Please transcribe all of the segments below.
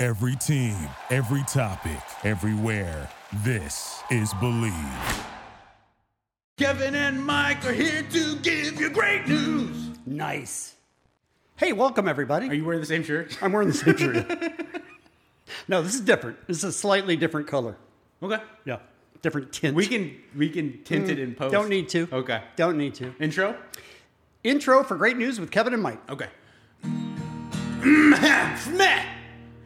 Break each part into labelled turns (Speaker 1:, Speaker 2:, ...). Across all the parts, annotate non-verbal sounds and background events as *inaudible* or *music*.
Speaker 1: Every team, every topic, everywhere. This is Believe.
Speaker 2: Kevin and Mike are here to give you great news.
Speaker 3: Nice. Hey, welcome everybody.
Speaker 4: Are you wearing the same shirt?
Speaker 3: I'm wearing the
Speaker 4: *laughs*
Speaker 3: same shirt. no, this is different. This is a slightly different color.
Speaker 4: Okay.
Speaker 3: Yeah, different tint. Mm.
Speaker 4: We can we can tint it in post.
Speaker 3: Don't need to.
Speaker 4: Okay.
Speaker 3: Don't need to.
Speaker 4: Intro.
Speaker 3: Intro for great news with Kevin and Mike.
Speaker 4: Okay.
Speaker 3: Mm-hmm.
Speaker 2: Matt,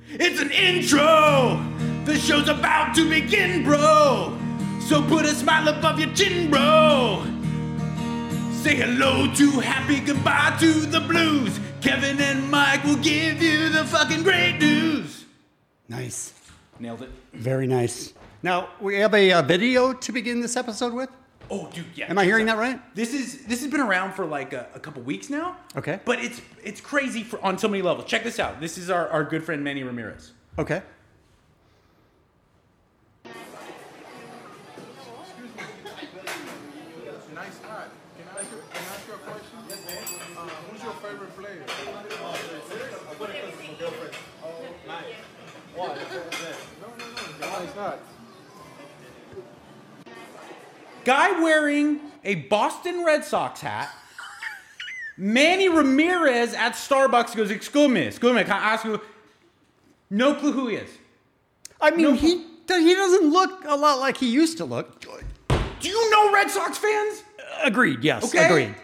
Speaker 2: it's an intro. The show's about to begin, bro. So put a smile above your chin, bro. Say hello to happy, goodbye to the blues. Kevin and Mike will give you the fucking great news.
Speaker 3: Nice.
Speaker 4: Nailed it.
Speaker 3: Very nice. Now we have a, uh video to begin this episode with.
Speaker 4: Oh, dude. Yeah.
Speaker 3: Am I hearing that right?
Speaker 4: This is this has been around for like a, a couple weeks now.
Speaker 3: Okay.
Speaker 4: But it's it's crazy for on so many levels. Check this out. This is our, our good friend Manny Ramirez.
Speaker 3: Okay.
Speaker 5: Nice hat. Can I ask you, can I ask you a question? Uh, who's your favorite player? No, no, no, it's not.
Speaker 4: Guy wearing a Boston Red Sox hat. Manny Ramirez at Starbucks goes, "Excuse me, excuse me, can I ask you?" No clue who he is.
Speaker 3: I mean, he he doesn't look a lot like he used to look.
Speaker 4: Do you know Red Sox fans?
Speaker 3: Agreed. Yes.
Speaker 4: Okay.
Speaker 3: Agreed.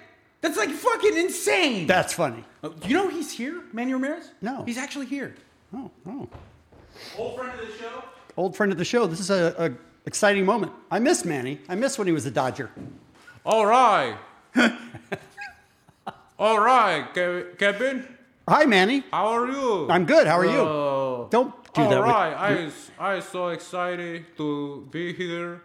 Speaker 4: That's like fucking insane.
Speaker 3: That's funny.
Speaker 4: Oh, you know he's here, Manny Ramirez?
Speaker 3: No.
Speaker 4: He's actually here.
Speaker 3: Oh, oh.
Speaker 4: Old friend of the show.
Speaker 3: Old friend of the show. This is a, a exciting moment. I miss Manny. I miss when he was a Dodger.
Speaker 4: All right. *laughs* All right, Ke- Kevin.
Speaker 3: Hi, Manny.
Speaker 4: How are you?
Speaker 3: I'm good. How are you?
Speaker 4: Oh.
Speaker 3: Don't do that.
Speaker 4: All
Speaker 3: with-
Speaker 4: right. I I so excited to be here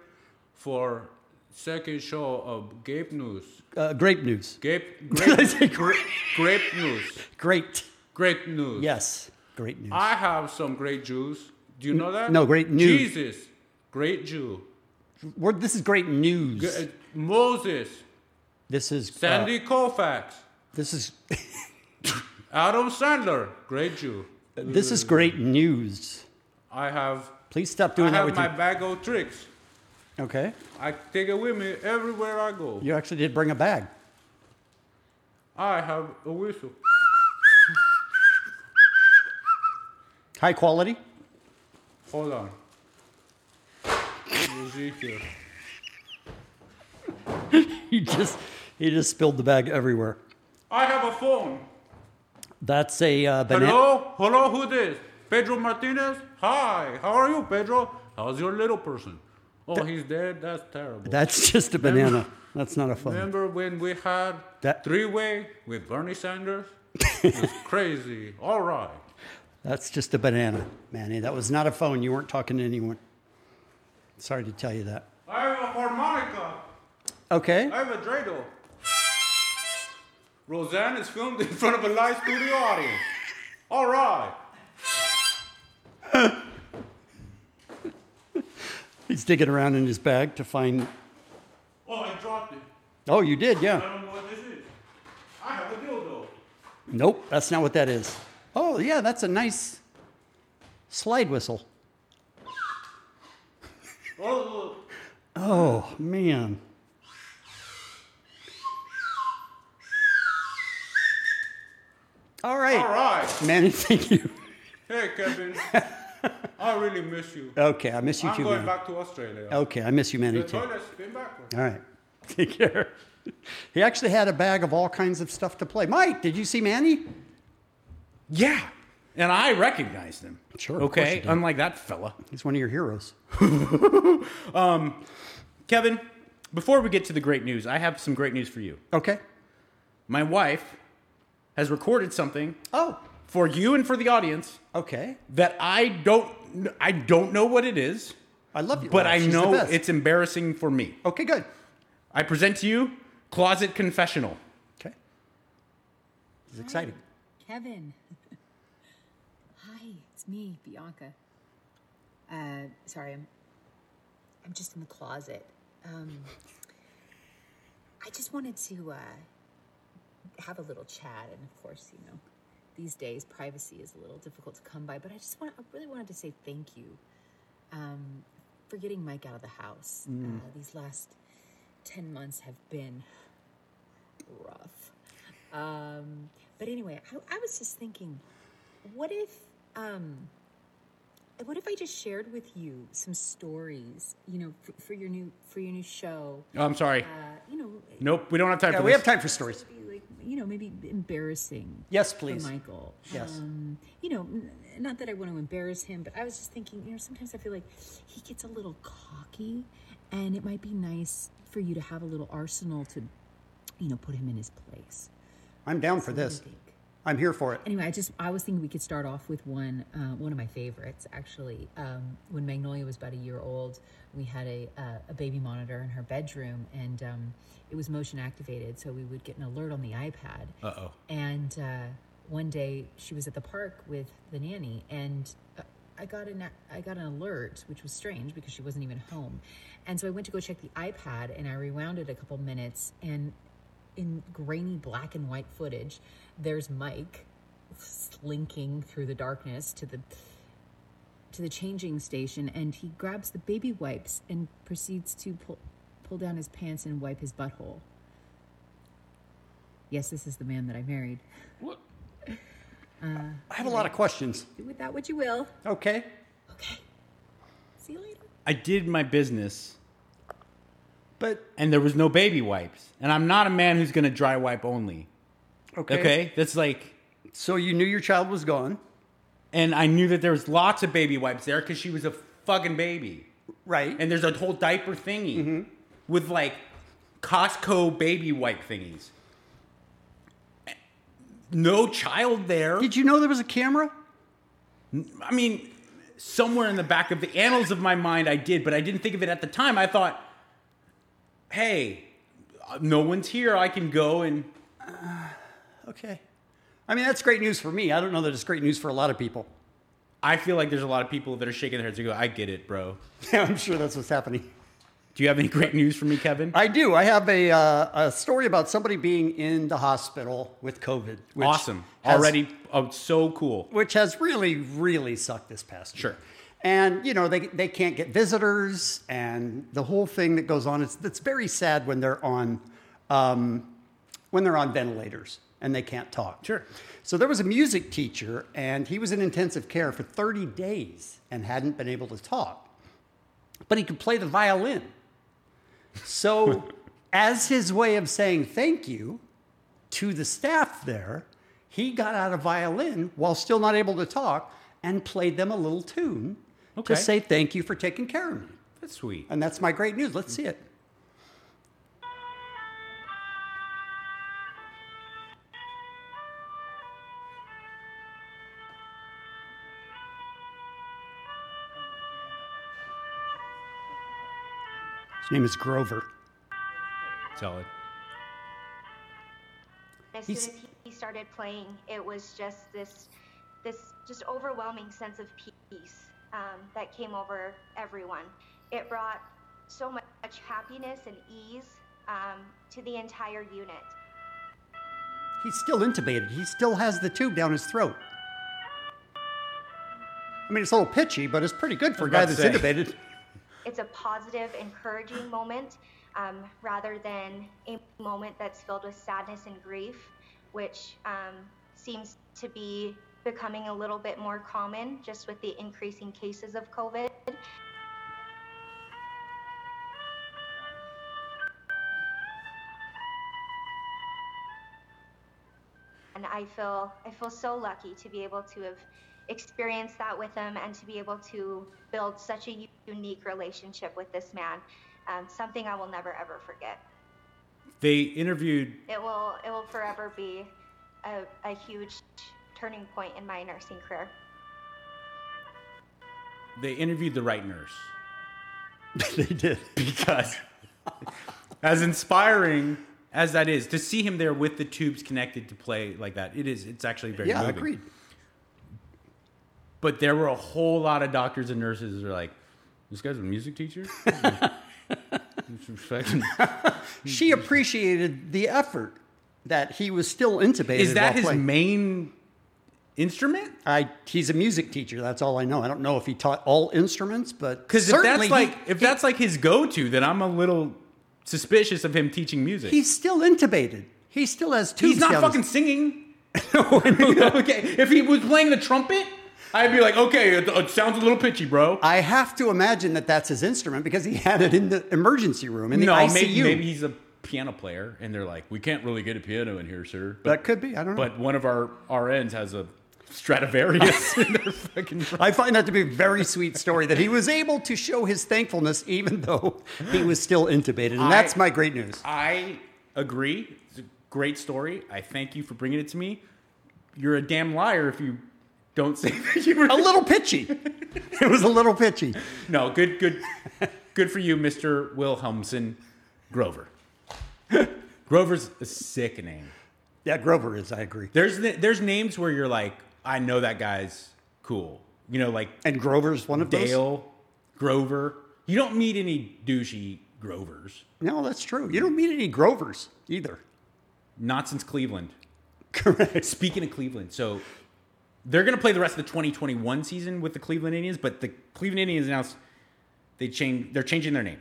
Speaker 4: for second show of Grape News.
Speaker 3: uh, grape news. *laughs*
Speaker 4: Grape
Speaker 3: Did I
Speaker 4: Grape
Speaker 3: say grape?
Speaker 4: Grape News.
Speaker 3: Great.
Speaker 4: Great news.
Speaker 3: Yes. Great news.
Speaker 4: I have some great juice. Do you know that?
Speaker 3: no, great news.
Speaker 4: Jesus, great Jew.
Speaker 3: We're, this is great news.
Speaker 4: G- uh, Moses,
Speaker 3: This is uh,
Speaker 4: Sandy Koufax,
Speaker 3: this is
Speaker 4: Adam Sandler, great Jew.
Speaker 3: Uh, this is great news.
Speaker 4: I have
Speaker 3: Please stop
Speaker 4: I
Speaker 3: doing that
Speaker 4: have
Speaker 3: with
Speaker 4: my
Speaker 3: your.
Speaker 4: bag of tricks.
Speaker 3: Okay.
Speaker 4: I take it with me everywhere I go.
Speaker 3: You actually did bring a bag.
Speaker 4: I have a whistle.
Speaker 3: High quality. *laughs*
Speaker 4: Hold on. You see here.
Speaker 3: He just he just spilled the bag everywhere.
Speaker 4: I have a phone.
Speaker 3: That's a uh, banana.
Speaker 4: Hello, hello, who this? Pedro Martinez? Hi, how are you, Pedro? How's your little person? Oh, he's dead? That's terrible.
Speaker 3: That's *laughs* just a banana. That's not a phone.
Speaker 4: Remember when we had
Speaker 3: That-
Speaker 4: three way with Bernie Sanders?
Speaker 3: *laughs*
Speaker 4: It's crazy. All right.
Speaker 3: That's just a banana, Manny. That was not a phone. You weren't talking to anyone. Sorry to tell you that.
Speaker 4: I have a harmonica.
Speaker 3: Okay.
Speaker 4: I have a dreidel. Roseanne is filmed in *laughs* front of a live studio audience. All right.
Speaker 3: He's digging around in his bag to find.
Speaker 4: Oh, I dropped it.
Speaker 3: Oh, you did, yeah.
Speaker 4: I don't know what this is. I have a dildo.
Speaker 3: Nope, that's not what that is. Oh, yeah, that's a nice slide whistle.
Speaker 4: Oh,
Speaker 3: Oh, man. All right.
Speaker 4: all right.
Speaker 3: Manny, *laughs* thank you.
Speaker 4: Hey, *laughs* Kevin. I really miss you.
Speaker 3: Okay, I miss you
Speaker 4: I'm
Speaker 3: too,
Speaker 4: going
Speaker 3: Manny.
Speaker 4: back to Australia.
Speaker 3: Okay, I miss you, Manny,
Speaker 4: The
Speaker 3: too.
Speaker 4: toilet's been backwards.
Speaker 3: All right. Take care. He actually had a bag of all kinds of stuff to play. Mike, did you see Manny?
Speaker 4: Yeah. And I recognized him.
Speaker 3: Sure, of course you
Speaker 4: Okay.
Speaker 3: did.
Speaker 4: Unlike that fella. um,
Speaker 3: He's one of your heroes.
Speaker 4: Kevin, before we get to the great news, I have some great news for you.
Speaker 3: Okay.
Speaker 4: My wife has recorded something
Speaker 3: Oh,
Speaker 4: for you and for the audience
Speaker 3: okay.
Speaker 4: that I don't I don't know what it is,
Speaker 3: I love you.
Speaker 4: but I
Speaker 3: Laura. She's the
Speaker 4: know
Speaker 3: best.
Speaker 4: it's embarrassing for me.
Speaker 3: okay. Good.
Speaker 4: I present to you Closet Confessional.
Speaker 3: Okay. It's exciting.
Speaker 6: Kevin. *laughs* Hi, it's me, Bianca. Uh, sorry, I'm I'm just in the closet. Um, I just wanted to uh, have a little chat, and of course, you know, these days privacy is a little difficult to come by, but I just want I really wanted to say thank you um, for getting Mike out of the house. Uh, these last ten months have been rough. Um, but anyway, I, I was just thinking, what if um, what if I just shared with you some stories, you know, for, for your new for your new show?
Speaker 4: Oh, I'm sorry.
Speaker 6: Uh, you know,
Speaker 4: Nope, we don't have time
Speaker 3: Yeah,
Speaker 4: for
Speaker 3: we
Speaker 4: this.
Speaker 3: have time for stories.
Speaker 6: maybe like you know, maybe embarrassing.
Speaker 3: Yes,
Speaker 6: for
Speaker 3: please.
Speaker 6: Michael.
Speaker 3: Yes.
Speaker 6: Um, you know, n- not that I want to embarrass him, but I was just thinking, you know, sometimes I feel like he gets a little cocky, and it might be nice for you to have a little arsenal to, you know, put him in his place.
Speaker 3: I'm down for
Speaker 6: What do you
Speaker 3: this.
Speaker 6: think?
Speaker 3: I'm here for it.
Speaker 6: Anyway, I just I was thinking we could start off with one uh, one of my favorites actually. Um, when Magnolia was about a year old, we had a uh, a baby monitor in her bedroom, and um, it was motion activated, so we would get an alert on the iPad. Uh oh. And uh, one day she was at the park with the nanny, and uh, I got an I got an alert, which was strange because she wasn't even home, and so I went to go check the iPad, and I rewound it a couple minutes, and in grainy black and white footage, there's Mike slinking through the darkness to the to the changing station and he grabs the baby wipes and proceeds to pull pull down his pants and wipe his butthole. Yes, this is the man that I married. *laughs* Uh,
Speaker 3: I have a lot of questions.
Speaker 6: Do with that what you will.
Speaker 3: Okay.
Speaker 6: Okay. See you later.
Speaker 4: I did my business,
Speaker 3: But
Speaker 4: and there was no baby wipes, and I'm not a man who's gonna dry wipe only.
Speaker 3: okay.
Speaker 4: Okay, that's like,
Speaker 3: So you knew your child was gone.
Speaker 4: and I knew that there was lots of baby wipes there because she was a fucking baby,
Speaker 3: Right. Mm-hmm.
Speaker 4: and there's a whole diaper thingy with like Costco baby wipe thingies. No child there.
Speaker 3: did you know there was a camera?
Speaker 4: I mean, somewhere in the back of the annals of my mind, I did, but I didn't think of it at the time. I thought, hey, no one's here. I can go and.
Speaker 3: Okay. I mean, that's great news for me. I don't know that it's great news for a lot of people.
Speaker 4: I feel like there's a lot of people that are shaking their heads and go, I get it, bro.
Speaker 3: *laughs* I'm sure that's what's happening.
Speaker 4: Do you have any great news for me, Kevin?
Speaker 3: I do. I have a, uh, a story about somebody being in the hospital with COVID. Which
Speaker 4: awesome.
Speaker 3: has-
Speaker 4: Already, oh, so cool.
Speaker 3: Which has really, really sucked this past year.
Speaker 4: Sure.
Speaker 3: And, you know, they, they can't get visitors and the whole thing that goes on. It's, it's very sad when they're on, um, when they're on ventilators and they can't talk.
Speaker 4: Sure.
Speaker 3: So there was a music teacher and he was in intensive care for 30 days and hadn't been able to talk, but he could play the violin. So, *laughs* as his way of saying thank you to the staff there, he got out a violin while still not able to talk and played them a little tune
Speaker 4: Okay.
Speaker 3: to say thank you for taking care of me.
Speaker 4: That's sweet.
Speaker 3: And that's my great news. Let's see it. His name is Grover.
Speaker 4: Solid.
Speaker 7: as
Speaker 3: He's-
Speaker 7: soon as he- he started playing, it was just this, this just overwhelming sense of peace um, that came over everyone. It brought so much, much happiness and ease um, to the entire unit.
Speaker 3: He's still intubated. He still has the tube down his throat. I mean, it's a little pitchy, but it's pretty good for a guy
Speaker 4: about
Speaker 3: that's
Speaker 4: to say. *laughs*
Speaker 3: intubated.
Speaker 7: It's a positive, encouraging moment um, rather than a moment that's filled with sadness and grief, which um, seems to be becoming a little bit more common just with the increasing cases of COVID. and I feel I feel so lucky to be able to have experienced that with him and to be able to build such a u- unique relationship with this man. Um, something I will never ever forget.
Speaker 4: They interviewed
Speaker 7: It will it will forever be a, a huge turning point in my nursing career.
Speaker 4: they interviewed the right nurse
Speaker 3: *laughs* they did.
Speaker 4: because as inspiring as that is to see him there with the tubes connected to play like that it is it's actually very
Speaker 3: Yeah,
Speaker 4: moving. *laughs*
Speaker 3: agreed.
Speaker 4: but there were a whole lot of doctors and nurses who are like, this guy's a music
Speaker 3: *laughs*
Speaker 4: teacher?
Speaker 3: She appreciated the effort that he was still intubated.
Speaker 4: is that
Speaker 3: while
Speaker 4: his
Speaker 3: playing.
Speaker 4: main instrument?
Speaker 3: I, he's a music teacher. That's all I know. I don't know if he taught all instruments, but
Speaker 4: Because if
Speaker 3: certainly
Speaker 4: that's
Speaker 3: he-
Speaker 4: like if that's like his go-to, then I'm a little suspicious of him teaching music.
Speaker 3: he's still intubated. He still has tubes.
Speaker 4: He's not
Speaker 3: down his-
Speaker 4: fucking singing. *laughs* okay, if he was playing the trumpet, I'd be like, okay, it, it sounds a little pitchy, bro.
Speaker 3: I have to imagine that that's his instrument because he had it in the emergency room in the
Speaker 4: no,
Speaker 3: ICU.
Speaker 4: maybe maybe he's a piano player, and they're like, we can't really get a piano in here, sir. But,
Speaker 3: That could be. I don't know.
Speaker 4: But one of our RNs has a Stradivarius
Speaker 3: *laughs*
Speaker 4: in their fucking.
Speaker 3: I find that to be a very sweet story that he was able to show his thankfulness even though he was still intubated. And that's
Speaker 4: I-
Speaker 3: my great news.
Speaker 4: I agree. It's a great story. I thank you for bringing it to me. You're a damn liar if you don't say that *laughs* you were
Speaker 3: A little pitchy. *laughs* it was a little pitchy.
Speaker 4: No, good, good, good for you, Mister Wilhelmson Grover. *laughs* Grover's a sick name.
Speaker 3: Yeah, Grover is, I agree.
Speaker 4: There's na- there's names where you're like, I know that guy's cool. You know, like
Speaker 3: And Grover's one of those.
Speaker 4: Dale Grover. You don't meet any douchey Grovers.
Speaker 3: No, that's true. You don't meet any Grovers either.
Speaker 4: Not since Cleveland.
Speaker 3: Correct.
Speaker 4: Speaking of Cleveland, so they're going to play the rest of the 2021 season with the Cleveland Indians, but the Cleveland Indians announced they change they're changing their name.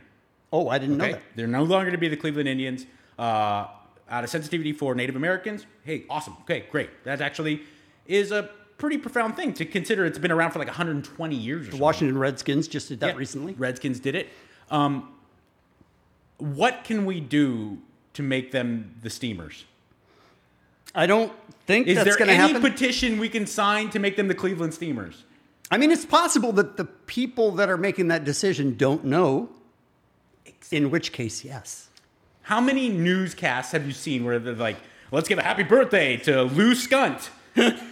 Speaker 3: Oh, I didn't
Speaker 4: Okay.
Speaker 3: know that.
Speaker 4: They're no longer to be the Cleveland Indians. Uh, out of sensitivity for Native Americans, hey, awesome. Okay, great. That actually is a pretty profound thing to consider. It's been around for like 120 years or something.
Speaker 3: The Washington Redskins just did that
Speaker 4: Yeah,
Speaker 3: recently.
Speaker 4: Redskins did it. Um, what can we do to make them the Steamers?
Speaker 3: I don't think
Speaker 4: Is
Speaker 3: that's
Speaker 4: there
Speaker 3: going to
Speaker 4: any
Speaker 3: happen.
Speaker 4: petition we can sign to make them the Cleveland Steamers?
Speaker 3: I mean, it's possible that the people that are making that decision don't know. In which case, yes.
Speaker 4: How many newscasts have you seen where they're like, let's give a happy birthday to Lou Scunt?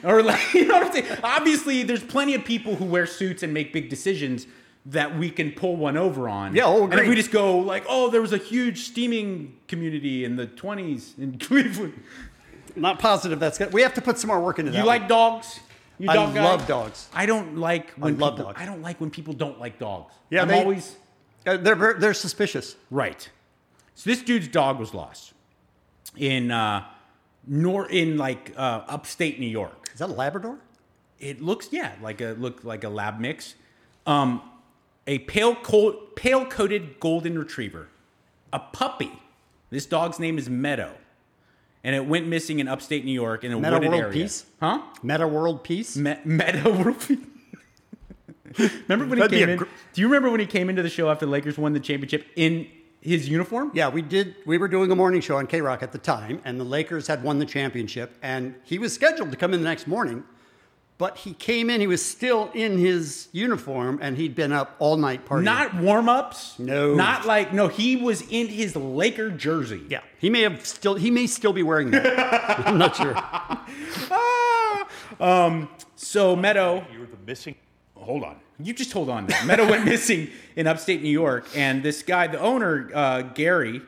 Speaker 4: *laughs* or like, *laughs* you know what I'm saying? Obviously, there's plenty of people who wear suits and make big decisions that we can pull one over on.
Speaker 3: Yeah, oh,
Speaker 4: And if we
Speaker 3: agreed.
Speaker 4: just go like, oh, there was a huge steaming community in the 20s in *laughs* Cleveland.
Speaker 3: Not positive that's good. We have to put some more work into that.
Speaker 4: You
Speaker 3: one.
Speaker 4: like dogs? You
Speaker 3: I
Speaker 4: dog guy?
Speaker 3: love dogs.
Speaker 4: I don't like when
Speaker 3: love
Speaker 4: people,
Speaker 3: dogs.
Speaker 4: I don't like when people don't like dogs.
Speaker 3: Yeah,
Speaker 4: I'm
Speaker 3: they-
Speaker 4: always
Speaker 3: Uh, they're ver- they're suspicious.
Speaker 4: Right. So this dude's dog was lost in uh, nor in like uh, upstate New York.
Speaker 3: Is that a Labrador?
Speaker 4: It looks yeah like a look like a lab mix. Um, a pale cold, pale coated golden retriever, a puppy. This dog's name is Meadow, and it went missing in upstate New York in a
Speaker 3: Meadow
Speaker 4: wooded
Speaker 3: World
Speaker 4: area.
Speaker 3: Peace?
Speaker 4: Huh?
Speaker 3: Meta World Peace?
Speaker 4: Me- Meadow World Peace. remember when he
Speaker 3: That'd be
Speaker 4: came
Speaker 3: a
Speaker 4: in?
Speaker 3: gr-
Speaker 4: Do you remember when he came into the show after the Lakers won the championship in his uniform?
Speaker 3: yeah, we did. We were doing a morning show on K Rock at the time, and the Lakers had won the championship, and he was scheduled to come in the next morning, but he came in. He was still in his uniform, and he'd been up all night partying.
Speaker 4: Not warm ups.
Speaker 3: No.
Speaker 4: Not like no. He was in his Laker jersey.
Speaker 3: Yeah, he may have still. He may still be
Speaker 4: *laughs*
Speaker 3: wearing that. I'm not sure.
Speaker 4: Ah! Um. So Meadow,
Speaker 8: You're the missing.
Speaker 4: hold on. You just hold on. there. Meadow
Speaker 8: *laughs*
Speaker 4: went missing in upstate New York, and this guy, the owner, uh, Gary,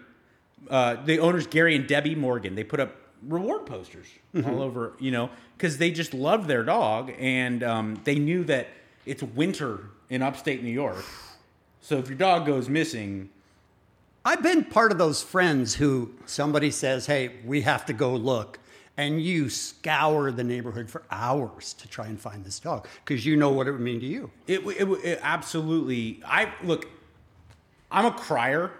Speaker 4: uh, the owners Gary and Debbie Morgan, they put up reward posters
Speaker 3: Mm-hmm.
Speaker 4: all over, you know, because they just love their dog, and um, they knew that it's winter in upstate New York. So if your dog goes missing,
Speaker 3: I've been part of those friends who somebody says, "Hey, we have to go look." And you scour the neighborhood for hours to try and find this dog because you know what it would mean to you.
Speaker 4: It, w- it, w- it absolutely. I look. I'm a crier.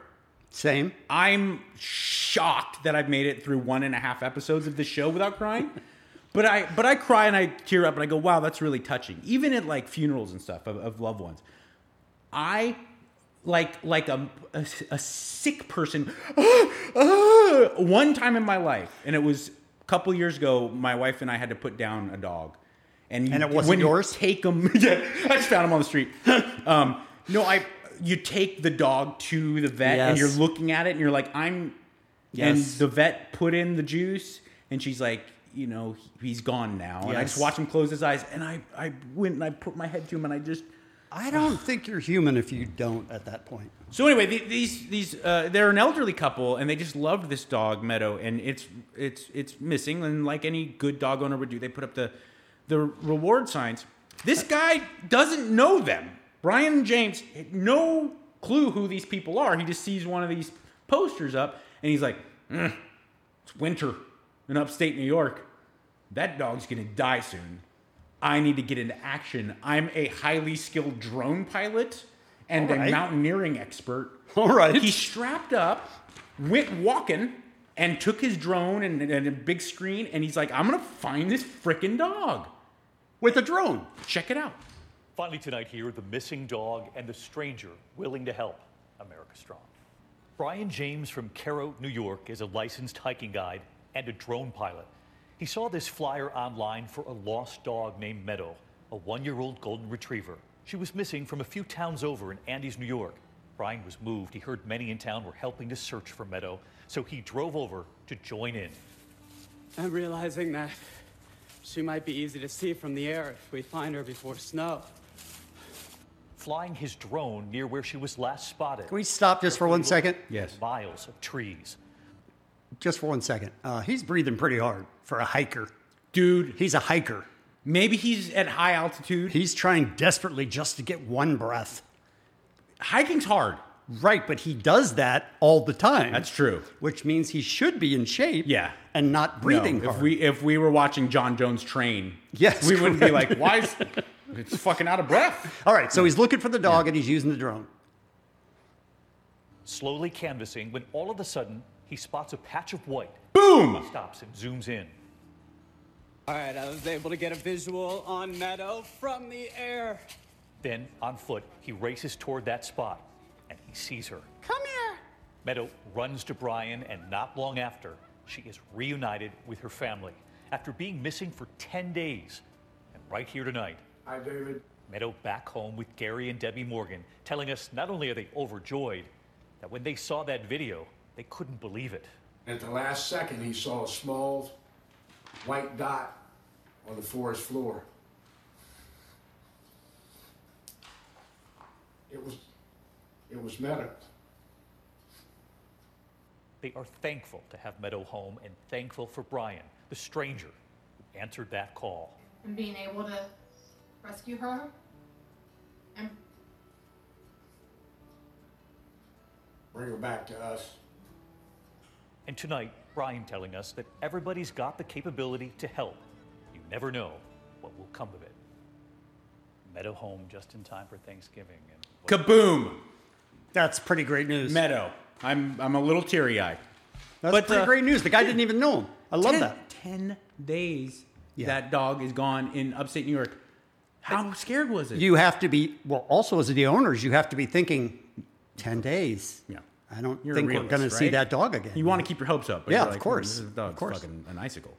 Speaker 3: Same.
Speaker 4: I'm shocked that I've made it through one and a half episodes of this show without crying. but I but I cry and I tear up and I go, wow, that's really touching. Even at like funerals and stuff of, of loved ones, I like like a a, a sick person. *gasps* one time in my life, and it was a couple years ago. My wife and I had to put down a dog, and you,
Speaker 3: And it wasn't
Speaker 4: when you
Speaker 3: yours?
Speaker 4: take *laughs* them. yeah, I just found them on the street. *laughs* um, no, I. You take the dog to the vet, and
Speaker 3: Yes.
Speaker 4: you're looking at it, and you're like, I'm.
Speaker 3: Yes.
Speaker 4: And the vet put in the juice, and she's like, you know, he- he's gone now. And I just
Speaker 3: Yes.
Speaker 4: watched him close his eyes, and I, I went and I put my head to him, and I just.
Speaker 3: I don't think you're human if you don't at that point.
Speaker 4: So anyway, the- these these uh, they're an elderly couple, and they just loved this dog Meadow, and it's it's it's missing. And like any good dog owner would do, they put up the the reward signs. This guy doesn't know them. Brian James, had no clue who these people are. He just sees one of these posters up, and he's like, "Mm, "It's winter in upstate New York. That dog's gonna die soon." I need to get into action. I'm a highly skilled drone pilot and
Speaker 3: All
Speaker 4: a
Speaker 3: right.
Speaker 4: mountaineering expert.
Speaker 3: *laughs* All right.
Speaker 4: He strapped up, went walking, and took his drone and, and a big screen, and he's like, I'm gonna find this freaking dog.
Speaker 3: with a drone.
Speaker 4: Check it out.
Speaker 8: Finally, tonight here, the missing dog and the stranger willing to help America Strong. Brian James from Caro, New York, is a licensed hiking guide and a drone pilot. He saw this flyer online for a lost dog named Meadow, a one year old golden retriever. She was missing from a few towns over in Andes, New York. Brian was moved. He heard many in town were helping to search for Meadow, so he drove over to join in.
Speaker 9: I'm realizing that she might be easy to see from the air if we find her before snow.
Speaker 8: Flying his drone near where she was last spotted.
Speaker 3: Can we stop just for one second?
Speaker 4: Yes.
Speaker 8: Miles of trees.
Speaker 3: Just for one second. Uh, he's breathing pretty hard for a hiker.
Speaker 4: Dude,
Speaker 3: He's a hiker.
Speaker 4: maybe he's at high altitude.
Speaker 3: He's trying desperately just to get one breath.
Speaker 4: Hiking's hard.
Speaker 3: Right, but he does that all the time.
Speaker 4: That's true.
Speaker 3: Which means he should be in shape.
Speaker 4: Yeah.
Speaker 3: And not breathing
Speaker 4: No,
Speaker 3: hard.
Speaker 4: If we if we were watching John Jones train,
Speaker 3: Yes,
Speaker 4: we wouldn't be
Speaker 3: correct.
Speaker 4: like, why is it's fucking out of breath?
Speaker 3: all right, so he's looking for the dog and he's using the drone.
Speaker 8: slowly canvassing when all of a sudden he spots a patch of white.
Speaker 4: Boom!
Speaker 8: Stops and zooms in.
Speaker 9: All right, I was able to get a visual on Meadow from the air.
Speaker 8: Then, on foot, he races toward that spot and he sees her.
Speaker 9: Come here.
Speaker 8: Meadow runs to Brian, and not long after, she is reunited with her family after being missing for 10 days. And right here tonight,
Speaker 5: Hi, David.
Speaker 8: Meadow back home with Gary and Debbie Morgan, telling us not only are they overjoyed, that when they saw that video, they couldn't believe it.
Speaker 5: At the last second, he saw a small white dot on the forest floor. It was, it was Meadow.
Speaker 8: They are thankful to have Meadow home and thankful for Brian, the stranger who answered that call.
Speaker 10: and being able to rescue her and
Speaker 5: Bring her back to us.
Speaker 8: And tonight, Brian telling us that everybody's got the capability to help. You never know what will come of it. Meadow home just in time for Thanksgiving. And
Speaker 4: Kaboom!
Speaker 3: That's pretty great news.
Speaker 4: Meadow. I'm I'm a little teary eyed.
Speaker 3: That's
Speaker 4: But,
Speaker 3: pretty
Speaker 4: uh,
Speaker 3: great news. The guy didn't even know him. I love that.
Speaker 4: Ten days
Speaker 3: Yeah.
Speaker 4: that dog is gone in upstate New York. How scared was it?
Speaker 3: You have to be, well, also as the owners, you have to be thinking 10 days.
Speaker 4: yeah.
Speaker 3: I don't
Speaker 4: You're a
Speaker 3: think we're
Speaker 4: realist,
Speaker 3: going to see
Speaker 4: right?
Speaker 3: that dog again.
Speaker 4: You want to keep your hopes up. But
Speaker 3: Yeah,
Speaker 4: you're
Speaker 3: of
Speaker 4: like,
Speaker 3: course,
Speaker 4: This
Speaker 3: of
Speaker 4: dog's
Speaker 3: course.
Speaker 4: fucking an icicle.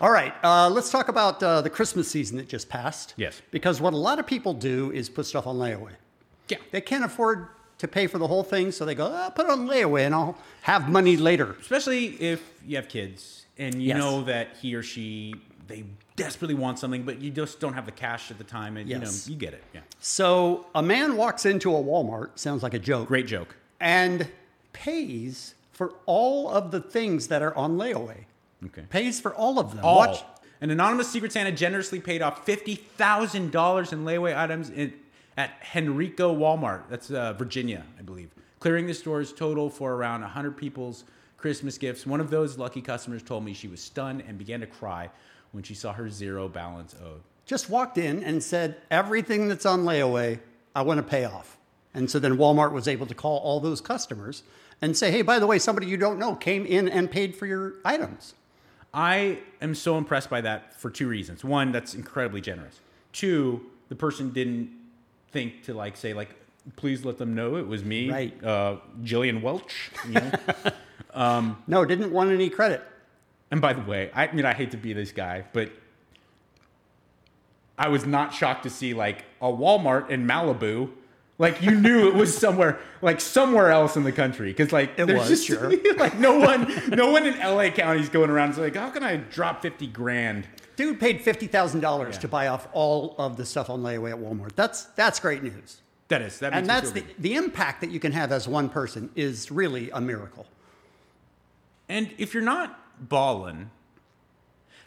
Speaker 3: All right, uh, let's talk about uh, the Christmas season that just passed.
Speaker 4: Yes.
Speaker 3: Because what a lot of people do is put stuff on layaway.
Speaker 4: yeah.
Speaker 3: They can't afford to pay for the whole thing, so they go, "Ah, put it on layaway and I'll have money later.
Speaker 4: Especially if you have kids and you
Speaker 3: Yes.
Speaker 4: know that he or she they desperately want something, but you just don't have the cash at the time, and
Speaker 3: Yes.
Speaker 4: you know you get it. Yeah.
Speaker 3: So a man walks into a Walmart, sounds like a joke,
Speaker 4: Great joke.
Speaker 3: and pays for all of the things that are on layaway.
Speaker 4: Okay.
Speaker 3: Pays for all of them.
Speaker 4: all.
Speaker 3: Watch-
Speaker 4: An anonymous Secret Santa generously paid off fifty thousand dollars in layaway items in, at Henrico Walmart. That's uh, Virginia, I believe. Clearing the store's total for around hundred people's Christmas gifts. One of those lucky customers told me she was stunned and began to cry when she saw her zero balance owed.
Speaker 3: Just walked in and said, everything that's on layaway, I want to pay off. And so then Walmart was able to call all those customers and say, hey, by the way, somebody you don't know came in and paid for your items.
Speaker 4: I am so impressed by that for two reasons. One, that's incredibly generous. Two, the person didn't think to like say like, please let them know it was me,
Speaker 3: Right.
Speaker 4: Uh, Jillian Welch. You
Speaker 3: *laughs*
Speaker 4: know?
Speaker 3: Um, No, didn't want any credit.
Speaker 4: And by the way, I mean I hate to be this guy, but I was not shocked to see like a Walmart in Malibu. Like you knew it
Speaker 3: *laughs*
Speaker 4: was somewhere, like somewhere else in the country, because like
Speaker 3: It
Speaker 4: there's
Speaker 3: was,
Speaker 4: just
Speaker 3: sure.
Speaker 4: *laughs* like no one, *laughs* no one in LA County is going around. It's like, how can I drop fifty grand?
Speaker 3: Dude paid fifty thousand dollars
Speaker 4: Yeah.
Speaker 3: to buy off all of the stuff on layaway at Walmart. That's that's great news,
Speaker 4: That is that,
Speaker 3: and
Speaker 4: makes me
Speaker 3: that's
Speaker 4: feel
Speaker 3: the,
Speaker 4: good.
Speaker 3: the impact that you can have as one person is really a miracle.
Speaker 4: And if you're not ballin',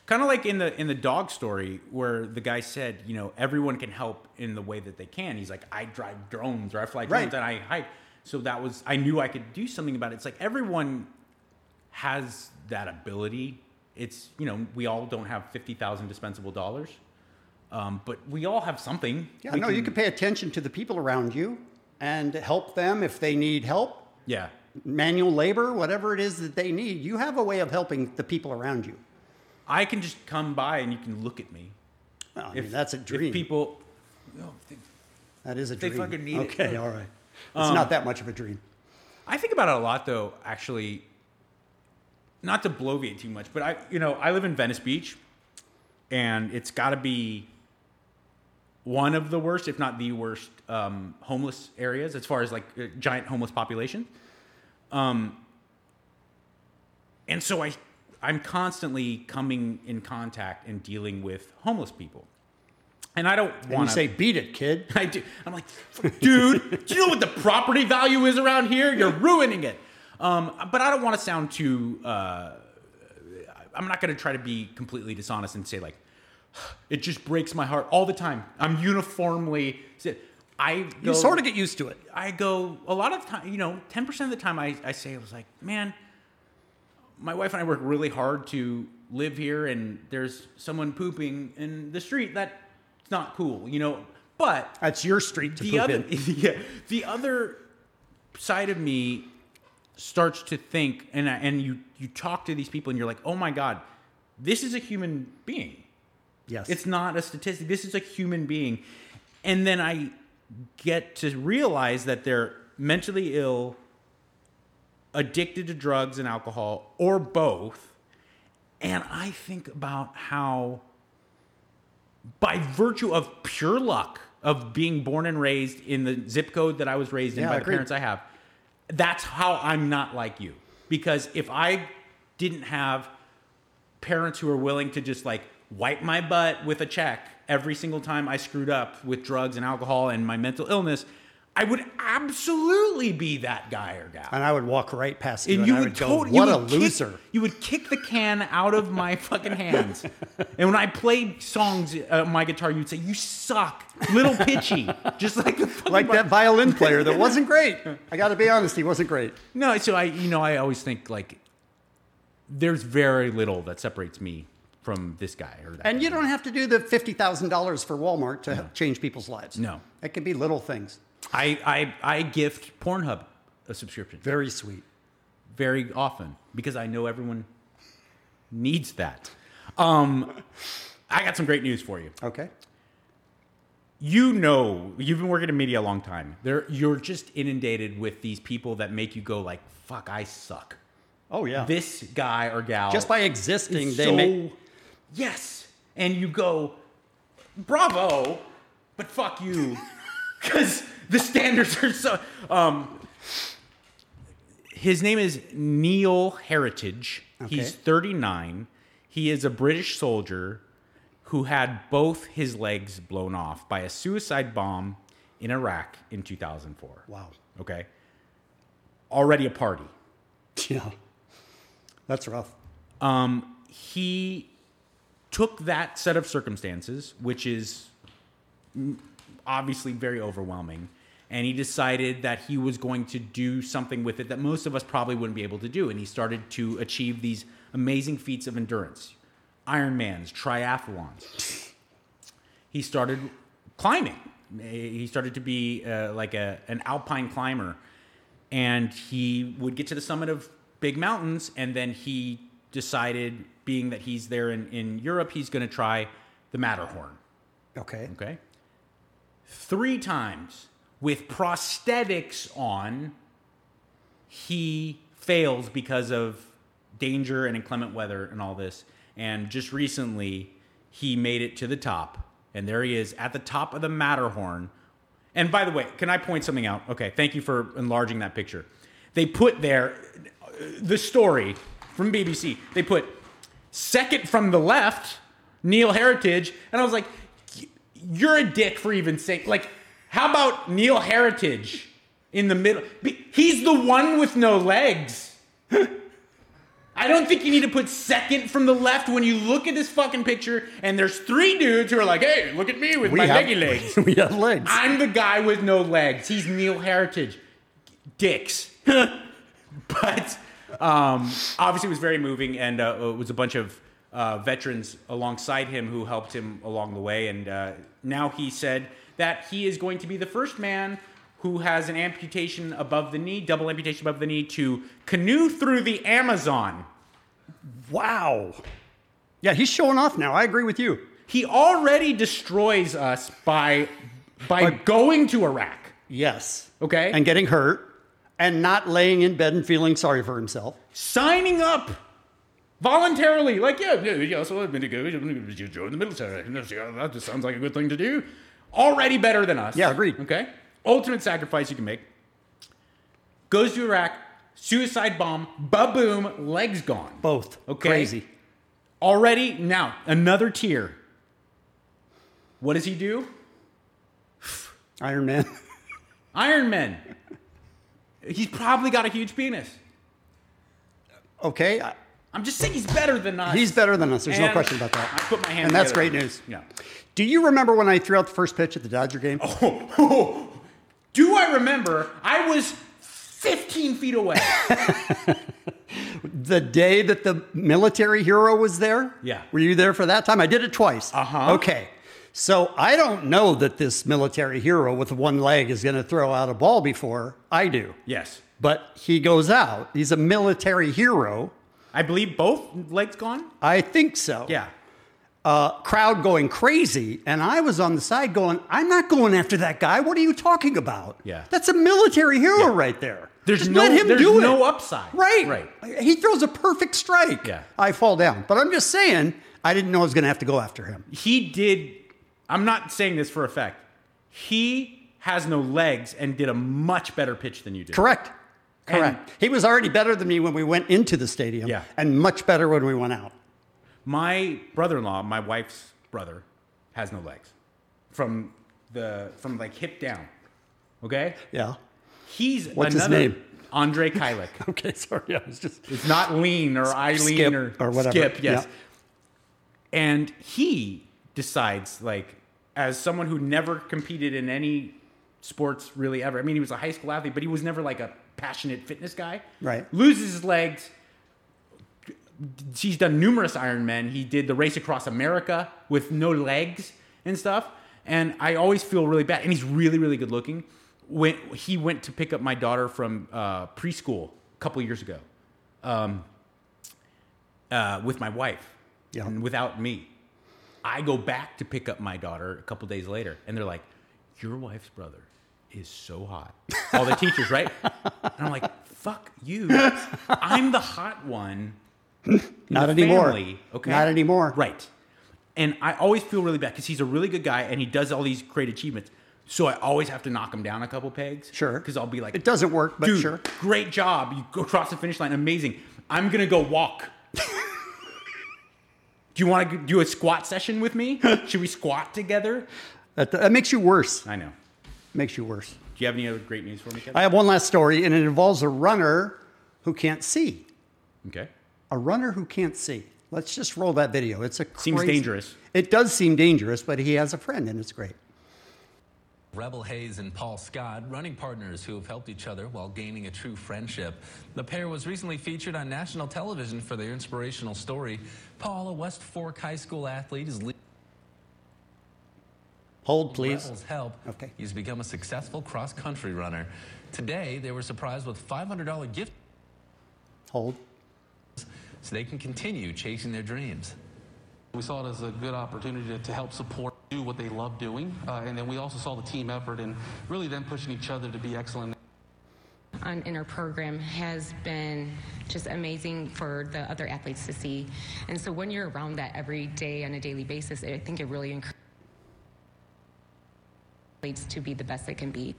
Speaker 4: kind of like in the in the dog story where the guy said, you know, everyone can help in the way that they can. He's like, I drive drones or I fly drones
Speaker 3: Right.
Speaker 4: and I hike. So that was I knew I could do something about it. It's like everyone has that ability It's you know we all don't have fifty thousand dispensable dollars, um, but we all have something.
Speaker 3: Yeah,
Speaker 4: We
Speaker 3: no, you can pay attention to the people around you and help them if they need help,
Speaker 4: Yeah,
Speaker 3: manual labor, whatever it is that they need. You have a way of helping the people around you.
Speaker 4: I can just come by and you can look at me.
Speaker 3: Well, I mean, that's a dream.
Speaker 4: If people, no, th-
Speaker 3: that is a
Speaker 4: they
Speaker 3: dream.
Speaker 4: fucking need it.
Speaker 3: okay, all right. It's
Speaker 4: Um,
Speaker 3: not that much of a dream.
Speaker 4: I think about it a lot though. Actually, not to bloviate too much, but I you know I live in Venice Beach, and it's got to be one of the worst, if not the worst, um, homeless areas as far as like uh, giant homeless population. Um, and so I, I'm constantly coming in contact and dealing with homeless people, and I don't
Speaker 3: And you
Speaker 4: want
Speaker 3: say, beat it, kid.
Speaker 4: *laughs* I do. I'm like, dude, do you know what the property value is around here? You're ruining it. Um, but I don't want to sound too. Uh, I'm not going to try to be completely dishonest and say like, *sighs* it just breaks my heart all the time. I'm uniformly. I go,
Speaker 3: You sort of get used to it.
Speaker 4: I go a lot of time. You know, ten percent of the time I, I say I was like, man, my wife and I work really hard to live here, and there's someone pooping in the street. That's not cool, you know. But
Speaker 3: That's your street to
Speaker 4: the
Speaker 3: poop
Speaker 4: other
Speaker 3: in.
Speaker 4: *laughs* yeah, the other side of me starts to think and I- and you you talk to these people and you're like oh my god this is a human being
Speaker 3: Yes.
Speaker 4: it's not a statistic this is a human being and then i get to realize that they're mentally ill addicted to drugs and alcohol or both and i think about how by virtue of pure luck of being born and raised in the zip code that I was raised in
Speaker 3: Yeah,
Speaker 4: by
Speaker 3: agreed.
Speaker 4: the parents I have, that's how I'm not like you. Because if I didn't have parents who are willing to just like wipe my butt with a check every single time I screwed up with drugs and alcohol and my mental illness, I would absolutely be that guy or gal.
Speaker 3: and I would walk right past you
Speaker 4: And
Speaker 3: and,
Speaker 4: you
Speaker 3: I
Speaker 4: would,
Speaker 3: would go,
Speaker 4: totally
Speaker 3: what
Speaker 4: you
Speaker 3: a
Speaker 4: would
Speaker 3: loser.
Speaker 4: Kick, you would kick the can out of my fucking hands. and when I played songs uh, on my guitar, you'd say, "You suck, little pitchy," just like the fucking
Speaker 3: Like
Speaker 4: vi-
Speaker 3: that
Speaker 4: *laughs*
Speaker 3: violin player that wasn't great. I got to be honest, he wasn't great.
Speaker 4: No, so I, you know, I always think like there's very little that separates me from this guy or that.
Speaker 3: And you
Speaker 4: guy.
Speaker 3: don't have to do the $50,000 for Walmart to change people's lives.
Speaker 4: No.
Speaker 3: It can be little things.
Speaker 4: I, I, I gift Pornhub a subscription
Speaker 3: Very sweet.
Speaker 4: very often because I know everyone needs that. Um, I got some great news for you.
Speaker 3: Okay.
Speaker 4: you know you've been working in media a long time there you're just inundated with these people that make you go like fuck i suck
Speaker 3: Oh, yeah.
Speaker 4: this guy or gal
Speaker 3: Just by existing,
Speaker 4: is
Speaker 3: they
Speaker 4: so-
Speaker 3: make.
Speaker 4: yes and you go bravo but fuck you *laughs* because the standards are so um his name is neil heritage he's
Speaker 3: Okay.
Speaker 4: 39 he is a british soldier who had both his legs blown off by a suicide bomb in iraq in 2004
Speaker 3: Wow.
Speaker 4: okay already a party
Speaker 3: Yeah. That's rough.
Speaker 4: um, he took that set of circumstances, which is mm, obviously very overwhelming, and he decided that he was going to do something with it that most of us probably wouldn't be able to do. And he started to achieve these amazing feats of endurance Ironmans, triathlons. He started climbing, he started to be uh, like a, an alpine climber and he would get to the summit of big mountains and then he decided being that he's there in, in europe he's going to try the matterhorn
Speaker 3: Okay.
Speaker 4: okay three times with prosthetics on he fails because of danger and inclement weather and all this and just recently he made it to the top and there he is at the top of the matterhorn and by the way can i point something out okay thank you for enlarging that picture they put there uh, the story from bbc they put second from the left neil heritage and i was like "Y- you're a dick for even saying like how about neil heritage in the middle. Be- He's the one with no legs. *laughs* I don't think you need to put second from the left when you look at this fucking picture and there's three dudes who are like, hey, look at me with my leggy legs.
Speaker 3: *laughs* we have legs.
Speaker 4: I'm the guy with no legs. He's Neil Heritage. Dicks. *laughs* but um, obviously, it was very moving, and uh, it was a bunch of uh, veterans alongside him who helped him along the way. And uh, now he said that he is going to be the first man who has an amputation above the knee, double amputation above the knee, to canoe through the Amazon.
Speaker 3: Wow. Yeah, he's showing off now. I agree with you.
Speaker 4: He already destroys us by by going to Iraq.
Speaker 3: Yes.
Speaker 4: Okay.
Speaker 3: And getting hurt and not laying in bed and feeling sorry for himself.
Speaker 4: signing up voluntarily. Like, yeah, yeah, yeah so I've been to go you join the military. That just sounds like a good thing to do. Already better than us.
Speaker 3: Yeah, agreed.
Speaker 4: Okay. Ultimate sacrifice you can make. Goes to Iraq, suicide bomb, ba boom, legs gone.
Speaker 3: Both.
Speaker 4: Okay.
Speaker 3: Crazy.
Speaker 4: Already now, another tier. What does he do?
Speaker 3: Iron Man.
Speaker 4: Iron Man. He's probably got a huge penis.
Speaker 3: okay. I-
Speaker 4: I'm just saying he's better than us.
Speaker 3: He's better than us. There's no
Speaker 4: And
Speaker 3: question about
Speaker 4: I
Speaker 3: that.
Speaker 4: put my hand
Speaker 3: And that's
Speaker 4: together.
Speaker 3: great news.
Speaker 4: Yeah.
Speaker 3: Do you remember when I threw out the first pitch at the Dodger game?
Speaker 4: Oh. *laughs* Do I remember? I was 15 feet away.
Speaker 3: The day that the military hero was there?
Speaker 4: Yeah. Uh-huh.
Speaker 3: Were you there for that time? I did it twice. Uh huh. Okay. So I don't know that this military hero with one leg is going to throw out a ball before I do.
Speaker 4: *laughs* yes.
Speaker 3: But he goes out. He's a military hero.
Speaker 4: I believe both legs gone?
Speaker 3: I think so.
Speaker 4: Yeah.
Speaker 3: Uh, crowd going crazy. And I was on the side going, I'm not going after that guy. What are you talking about?
Speaker 4: Yeah.
Speaker 3: That's a military hero right there.
Speaker 4: There's
Speaker 3: Just
Speaker 4: no-
Speaker 3: let him
Speaker 4: there's
Speaker 3: do it.
Speaker 4: no upside.
Speaker 3: Right.
Speaker 4: Right.
Speaker 3: He throws a perfect strike.
Speaker 4: Yeah.
Speaker 3: I fall down. But I'm just saying, I didn't know I was going to have to go after him.
Speaker 4: He did, I'm not saying this for effect. He has no legs and did a much better pitch than you did.
Speaker 3: Correct.
Speaker 4: And-
Speaker 3: Correct. he was already better than me when we went into the stadium
Speaker 4: Yeah.
Speaker 3: and much better when we went out.
Speaker 4: My brother in law, my wife's brother, has no legs from the, from like hip down. Okay?
Speaker 3: Yeah.
Speaker 4: He's
Speaker 3: What's his
Speaker 4: another
Speaker 3: name?
Speaker 4: Andre Kylick.
Speaker 3: *laughs* Okay, sorry. I was just
Speaker 4: It's not lean or Eileen
Speaker 3: Skip
Speaker 4: or,
Speaker 3: or whatever.
Speaker 4: Skip, yes.
Speaker 3: Yeah.
Speaker 4: And he decides, like, as someone who never competed in any sports really ever. I mean, he was a high school athlete, but he was never like a passionate fitness guy.
Speaker 3: Right.
Speaker 4: Loses his legs. He's done numerous Ironmen. He did the race across America with no legs and stuff. And I always feel really bad. And he's really, really good looking. When he went to pick up my daughter from uh, preschool a couple years ago, um, uh, with my wife,
Speaker 3: Yeah.
Speaker 4: and without me, I go back to pick up my daughter a couple days later, and they're like, "Your wife's brother is so hot." All the teachers, right? And I'm like, "Fuck you! I'm the hot one." in
Speaker 3: Not
Speaker 4: the
Speaker 3: anymore.
Speaker 4: family, okay.
Speaker 3: Not anymore.
Speaker 4: Right. And I always feel really bad because he's a really good guy and he does all these great achievements. So I always have to knock him down a couple pegs.
Speaker 3: Sure.
Speaker 4: Because I'll be like,
Speaker 3: It doesn't work, but
Speaker 4: Dude,
Speaker 3: sure.
Speaker 4: Great job. You go across the finish line. Amazing. I'm going to go walk. do you want to do a squat session with
Speaker 3: *laughs*
Speaker 4: me? Should we squat together?
Speaker 3: That, that makes you worse.
Speaker 4: I know.
Speaker 3: Makes you worse.
Speaker 4: Do you have any other great news for me, Kevin?
Speaker 3: I have one last story, and it involves a runner who can't see.
Speaker 4: okay.
Speaker 3: A runner who can't see. Let's just roll that video. It's a
Speaker 4: Seems
Speaker 3: crazy-
Speaker 4: dangerous.
Speaker 3: It does seem dangerous, but he has a friend, and it's great.
Speaker 11: Rebel Hayes and Paul Scott, running partners who have helped each other while gaining a true friendship. The pair was recently featured on national television for their inspirational story. Paul, a West Fork High School athlete, is leading
Speaker 3: Hold, please.
Speaker 11: Rebel's help.
Speaker 3: Okay.
Speaker 11: He's become a successful cross country runner. Today, they were surprised with $500 gift
Speaker 3: Hold.
Speaker 11: so they can continue chasing their dreams.
Speaker 12: We saw it as a good opportunity to, to help support, do what they love doing. Uh, and then we also saw the team effort and really them pushing each other to be excellent.
Speaker 13: on in our program has been just amazing for the other athletes to see. And so when you're around that every day on a daily basis, I think it really encourages athletes to be the best they can be.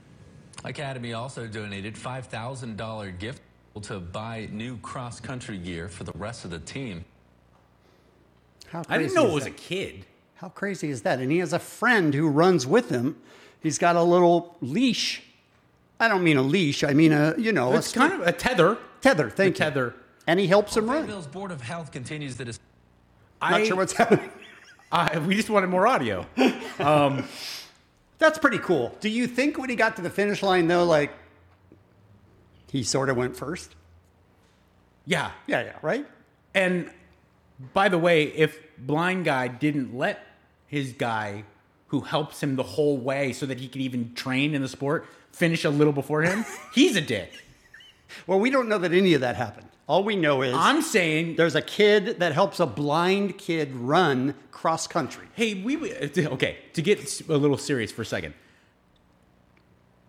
Speaker 11: Academy also donated $5,000 gift to buy new cross country gear for the rest of the team.
Speaker 3: How
Speaker 4: I didn't know
Speaker 3: crazy is
Speaker 4: it was a
Speaker 3: that?
Speaker 4: kid.
Speaker 3: How crazy is that? And he has a friend who runs with him. He's got a little leash. I don't mean a leash. I mean a you know
Speaker 4: It's kind of a tether.
Speaker 3: tether. Thank you.
Speaker 4: tether.
Speaker 3: And he helps him run.
Speaker 11: Fayetteville's Board of Health continues the dis-
Speaker 4: I-
Speaker 3: Not sure what's happening.
Speaker 4: *laughs*
Speaker 3: Um,
Speaker 4: I, we just wanted more
Speaker 3: *laughs*
Speaker 4: audio.
Speaker 3: That's pretty cool. Do you think when he got to the finish line though, like he sort of went first?
Speaker 4: Yeah.
Speaker 3: Yeah, yeah, right.
Speaker 4: And By the way, if blind guy didn't let his guy who helps him the whole way so that he can even train in the sport finish a little before
Speaker 3: *laughs*
Speaker 4: him, he's a dick.
Speaker 3: Well, we don't know that any of that happened. All we know is
Speaker 4: I'm saying
Speaker 3: there's a kid that helps a blind kid run cross country.
Speaker 4: Hey, we uh, okay, to get s- a little serious for a second.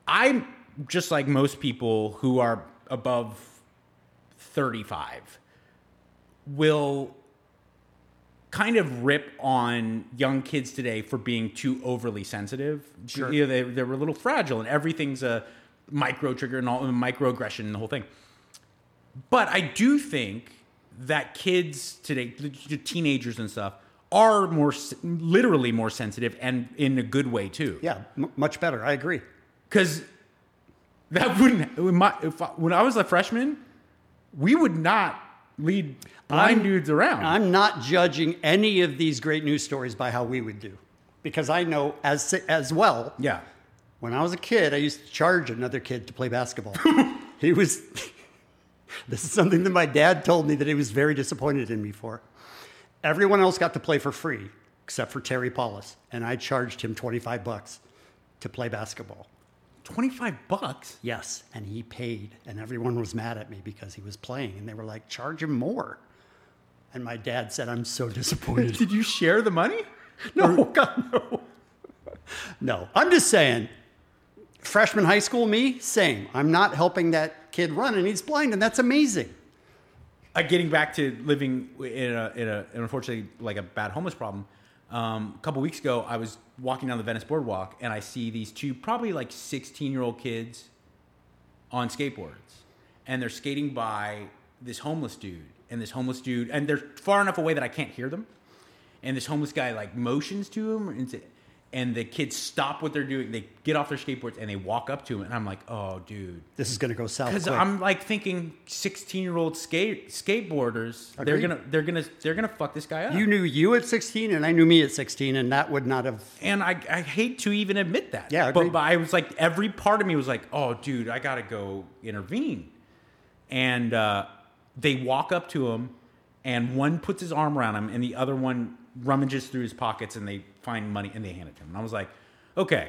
Speaker 4: I'm just like most people who are above 35 will kind of rip on young kids today for being too overly sensitive.
Speaker 3: Sure.
Speaker 4: You know, they, they were a little fragile and everything's a micro trigger and all microaggression and the whole thing. But I do think that kids today, the- the teenagers and stuff, are more s- literally more sensitive and in a good way too.
Speaker 3: Yeah, m- much better. I agree.
Speaker 4: Because that *laughs* wouldn't when my, if I, when I was a freshman, we would not lead blind
Speaker 3: I'm-
Speaker 4: dudes around.
Speaker 3: I'm not judging any of these great news stories by how we would do, because I know as as well.
Speaker 4: Yeah.
Speaker 3: When I was a kid, I used to charge another kid to
Speaker 4: *laughs*
Speaker 3: play basketball. he was. this is something that my dad told me that he was very disappointed in me for. Everyone else got to play for free except for Terry Paulus, and I charged him twenty five bucks to play basketball.
Speaker 4: 25 bucks?
Speaker 3: Yes, and he paid, and everyone was mad at me because he was playing, and they were like, charge him more. And my dad said, I'm so *laughs* disappointed.
Speaker 4: Did you share the money? *laughs* Oh,
Speaker 3: No, God, no. no, I'm just saying, freshman high school, me, same. I'm not helping that kid run, and he's blind, and that's amazing.
Speaker 4: uh, getting back to living in a, in a in unfortunately like a bad homeless problem. Um, a couple weeks ago, I was walking down the Venice Boardwalk and I see these two probably like 16 year old kids on skateboards, and they're skating by this homeless dude and this homeless dude, and they're far enough away that I can't hear them. And this homeless guy like motions to him, and, sa- and the kids stop what they're doing. They get off their skateboards and they walk up to him, and I'm like, oh, dude.
Speaker 3: This is going to go south.
Speaker 4: Because
Speaker 3: quick.
Speaker 4: I'm like thinking, sixteen-year-old skate skateboarders, they're
Speaker 3: Agreed.
Speaker 4: gonna, they're gonna, they're gonna fuck this guy up.
Speaker 3: You knew you at 16, and I knew me at 16, and that would not have.
Speaker 4: and I, I hate to even admit that.
Speaker 3: Yeah,
Speaker 4: but,
Speaker 3: agreed.
Speaker 4: but I was like, every part of me was like, oh, dude, I gotta go intervene. And uh, they walk up to him, and one puts his arm around him, and the other one rummages through his pockets, and they find money and they hand it to him. And I was like, okay,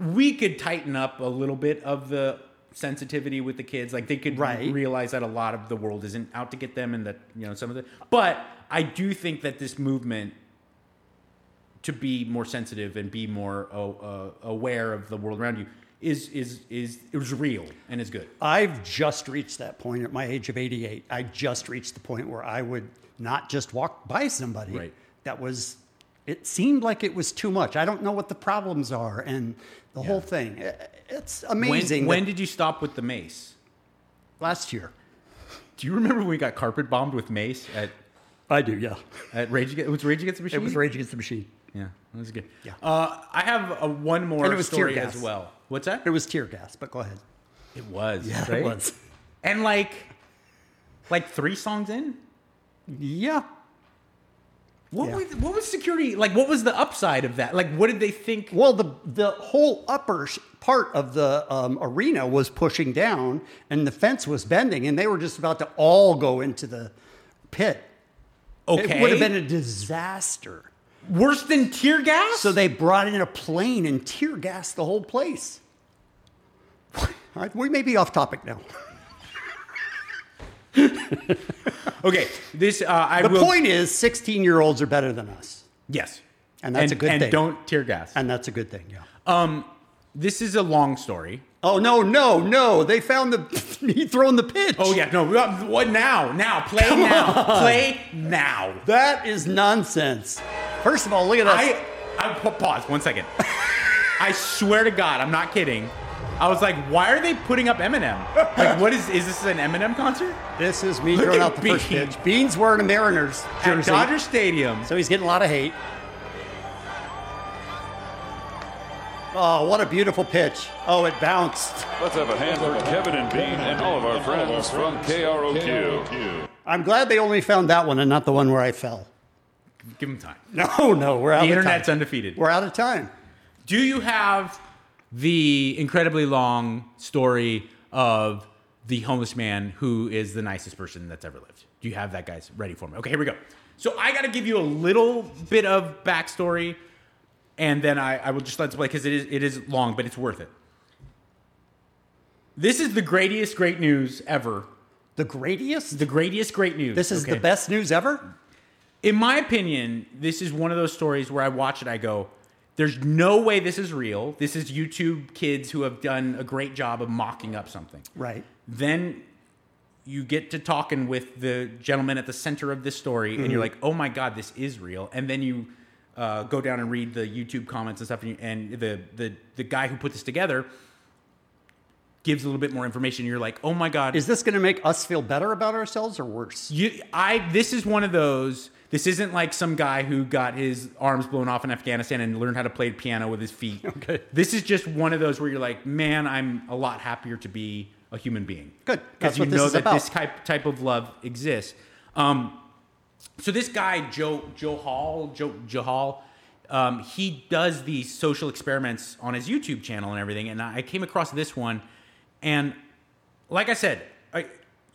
Speaker 4: we could tighten up a little bit of the sensitivity with the kids. Like they could realize that a lot of the world isn't out to get them, and that you know some of the. But I do think that this movement to be more sensitive and be more uh, uh, aware of the world around you is is is it was real and is good.
Speaker 3: I've just reached that point at my age of 88. I just reached the point where I would not just walk by somebody that was, it seemed like it was too much. I don't know what the problems are and the whole thing. I- It's amazing.
Speaker 4: When, when
Speaker 3: that-
Speaker 4: did you stop with the mace?
Speaker 3: Last year.
Speaker 4: Do you remember when we got carpet bombed with mace at?
Speaker 3: I do, yeah.
Speaker 4: At Rage Against, it was Rage Against the Machine.
Speaker 3: It was Rage Against the Machine.
Speaker 4: Yeah, that was good.
Speaker 3: Yeah.
Speaker 4: Uh, I have a, one more
Speaker 3: And it was tear
Speaker 4: story
Speaker 3: gas.
Speaker 4: as well. What's that?
Speaker 3: It was tear gas, but go ahead.
Speaker 4: It was.
Speaker 3: Yeah, it
Speaker 4: right?
Speaker 3: was.
Speaker 4: And like, like three songs in.
Speaker 3: Yeah.
Speaker 4: What was what was security like? What was the upside of that? Like, what did they think?
Speaker 3: Well, the the whole upper sh- part of the um, arena was pushing down, and the fence was bending, and they were just about to all go into the pit.
Speaker 4: Okay.
Speaker 3: it would have been a disaster,
Speaker 4: worse than tear gas.
Speaker 3: So they brought in a plane and tear gassed the whole place. all right, we may be off topic now.
Speaker 4: *laughs* Okay, this uh, I
Speaker 3: the
Speaker 4: will.
Speaker 3: point is, sixteen year olds are better than us,
Speaker 4: Yes,
Speaker 3: and that's a good
Speaker 4: and
Speaker 3: thing.
Speaker 4: don't tear gas.
Speaker 3: and that's a good thing. Yeah.
Speaker 4: Um, this is a long story.
Speaker 3: Oh no no no! They found the *laughs* he thrown the pitch.
Speaker 4: Oh yeah, no. What now? Now play
Speaker 3: Come
Speaker 4: now.
Speaker 3: on.
Speaker 4: Play now.
Speaker 3: That is nonsense. First of all, look at us.
Speaker 4: I, I pa- pause one
Speaker 3: *laughs*
Speaker 4: second. I swear to God, I'm not kidding. I was like, why are they putting up Eminem? Like, what is is this an Eminem concert?
Speaker 3: This is me
Speaker 4: Look
Speaker 3: throwing
Speaker 4: at
Speaker 3: out the first
Speaker 4: Bean.
Speaker 3: pitch. Beans wearing a Mariners
Speaker 4: At
Speaker 3: jersey,
Speaker 4: Dodger Stadium.
Speaker 3: so he's getting a lot of hate. Oh, what a beautiful pitch! Oh, it bounced.
Speaker 14: Let's have a hand for Kevin and Bean and all of our friends from KROQ.
Speaker 3: I'm glad they only found that one and not the one where I fell.
Speaker 4: Give him time.
Speaker 3: *laughs* No, no, we're out.
Speaker 4: the
Speaker 3: of
Speaker 4: internet's
Speaker 3: time.
Speaker 4: undefeated.
Speaker 3: We're out of time.
Speaker 4: Do you have the incredibly long story of the homeless man who is the nicest person that's ever lived. Do you have that guy's ready for me? Okay, here we go. So I got to give you a little bit of backstory, and then I, I will just let it play because it is it is long, but it's worth it. This is the greatest great news ever.
Speaker 3: The greatest?
Speaker 4: The greatest great news.
Speaker 3: This is the best news ever?
Speaker 4: In my opinion, this is one of those stories where I watch it, I go, there's no way this is real. This is YouTube kids who have done a great job of mocking up something.
Speaker 3: Right.
Speaker 4: Then you get to talking with the gentleman at the center of this story, and
Speaker 3: Mhm.
Speaker 4: you're like, oh my God, this is real. And then you uh, go down and read the YouTube comments and stuff, and, you, and the, the, the guy who put this together gives a little bit more information. You're like, oh my God.
Speaker 3: Is this going to make us feel better about ourselves or worse?
Speaker 4: You, I. This is one of those. This isn't like some guy who got his arms blown off in Afghanistan and learned how to play piano with his
Speaker 3: *laughs*
Speaker 4: feet. Okay. This is just one of those where you're like, man, I'm a lot happier to be a human being. Good.
Speaker 3: That's
Speaker 4: Because you
Speaker 3: what this
Speaker 4: know
Speaker 3: is
Speaker 4: that
Speaker 3: about.
Speaker 4: this type type of love exists. Um, so this guy Joe Joe Hall Joe Joe Hall, um, he does these social experiments on his YouTube channel and everything. And I came across this one, and like I said, I,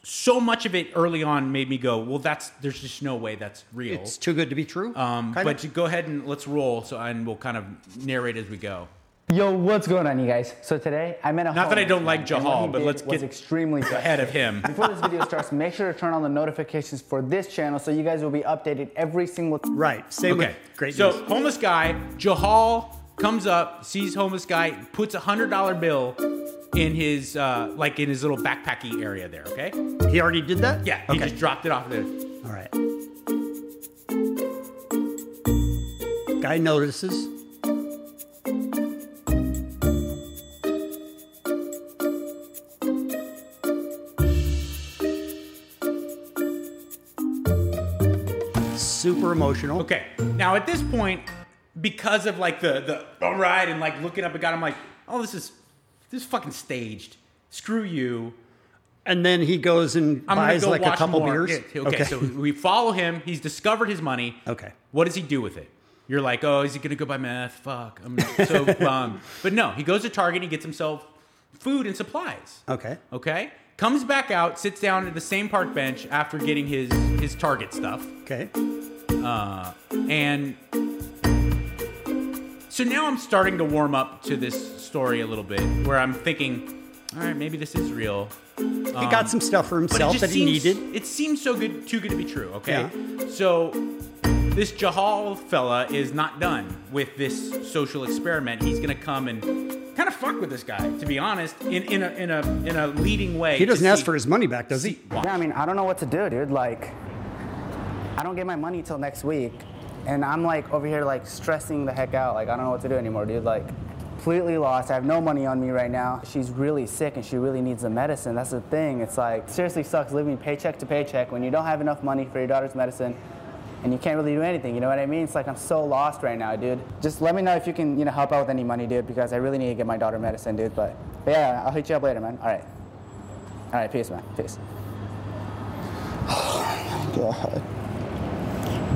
Speaker 4: so much of it early on made me go, well, that's there's just no way that's real.
Speaker 3: It's too good to be true.
Speaker 4: Um,
Speaker 3: kind
Speaker 4: but
Speaker 3: of.
Speaker 4: to go ahead and let's roll. So and we'll kind of narrate as we go.
Speaker 15: Yo, what's going on, you guys? So today I'm in a
Speaker 4: Not that I
Speaker 15: home
Speaker 4: don't like
Speaker 15: and what
Speaker 4: Jahal,
Speaker 15: he
Speaker 4: but
Speaker 15: did
Speaker 4: let's
Speaker 15: was
Speaker 4: get
Speaker 15: extremely
Speaker 4: ahead of
Speaker 3: *laughs*
Speaker 4: him.
Speaker 15: Before this video starts, make sure to turn on the notifications for this channel so you guys will be updated every single time. Right.
Speaker 4: So homeless guy Jahal comes up, sees homeless guy, puts a hundred dollar bill in his uh, like in his little backpacky area there. Okay.
Speaker 3: He already did that?
Speaker 4: Yeah. He just dropped it off there. All
Speaker 3: right. Guy notices. Super emotional.
Speaker 4: Okay. Now at this point, because of like the the all right and like looking up at God, I'm like, oh, this is this is fucking staged. Screw you.
Speaker 3: And then he goes and
Speaker 4: I'm
Speaker 3: buys
Speaker 4: gonna
Speaker 3: like
Speaker 4: go
Speaker 3: a
Speaker 4: watch
Speaker 3: couple
Speaker 4: more.
Speaker 3: beers.
Speaker 4: Yeah, okay, so we follow him. He's discovered his money.
Speaker 3: Okay.
Speaker 4: What does he do with it? You're like, oh, is he gonna go buy meth? Fuck, I'm
Speaker 3: *laughs*
Speaker 4: so bummed. But no, he goes to Target. He gets himself food and supplies.
Speaker 3: *laughs* okay.
Speaker 4: Okay. Comes back out, sits down at the same park bench after getting his his Target stuff.
Speaker 3: Okay.
Speaker 4: Uh, and so now I'm starting to warm up to this story a little bit, where I'm thinking, all right, maybe this is real. Um,
Speaker 3: He got some stuff for himself that he needed.
Speaker 4: It seems so good, too good to be true. Okay, so this Jahal fella is not done with this social experiment. He's gonna come and kind of fuck with this guy, to be honest, in, in a in a in a leading way.
Speaker 3: He
Speaker 4: to
Speaker 3: doesn't ask
Speaker 4: see-
Speaker 3: for his money back, does he?
Speaker 15: Yeah, I mean, I don't know what to do, dude. Like, I don't get my money till next week, and I'm like over here like stressing the heck out. Like, I don't know what to do anymore, dude. Like, completely lost. I have no money on me right now. She's really sick, and she really needs the medicine. That's the thing. It's like seriously sucks living paycheck to paycheck when you don't have enough money for your daughter's medicine. And you can't really do anything, you know what I mean? It's like I'm so lost right now, dude. Just let me know if you can, you know, help out with any money, dude, because I really need to get my daughter medicine, dude. But, but yeah, I'll hit you up later, man. All right. All right, peace, man. Peace. God.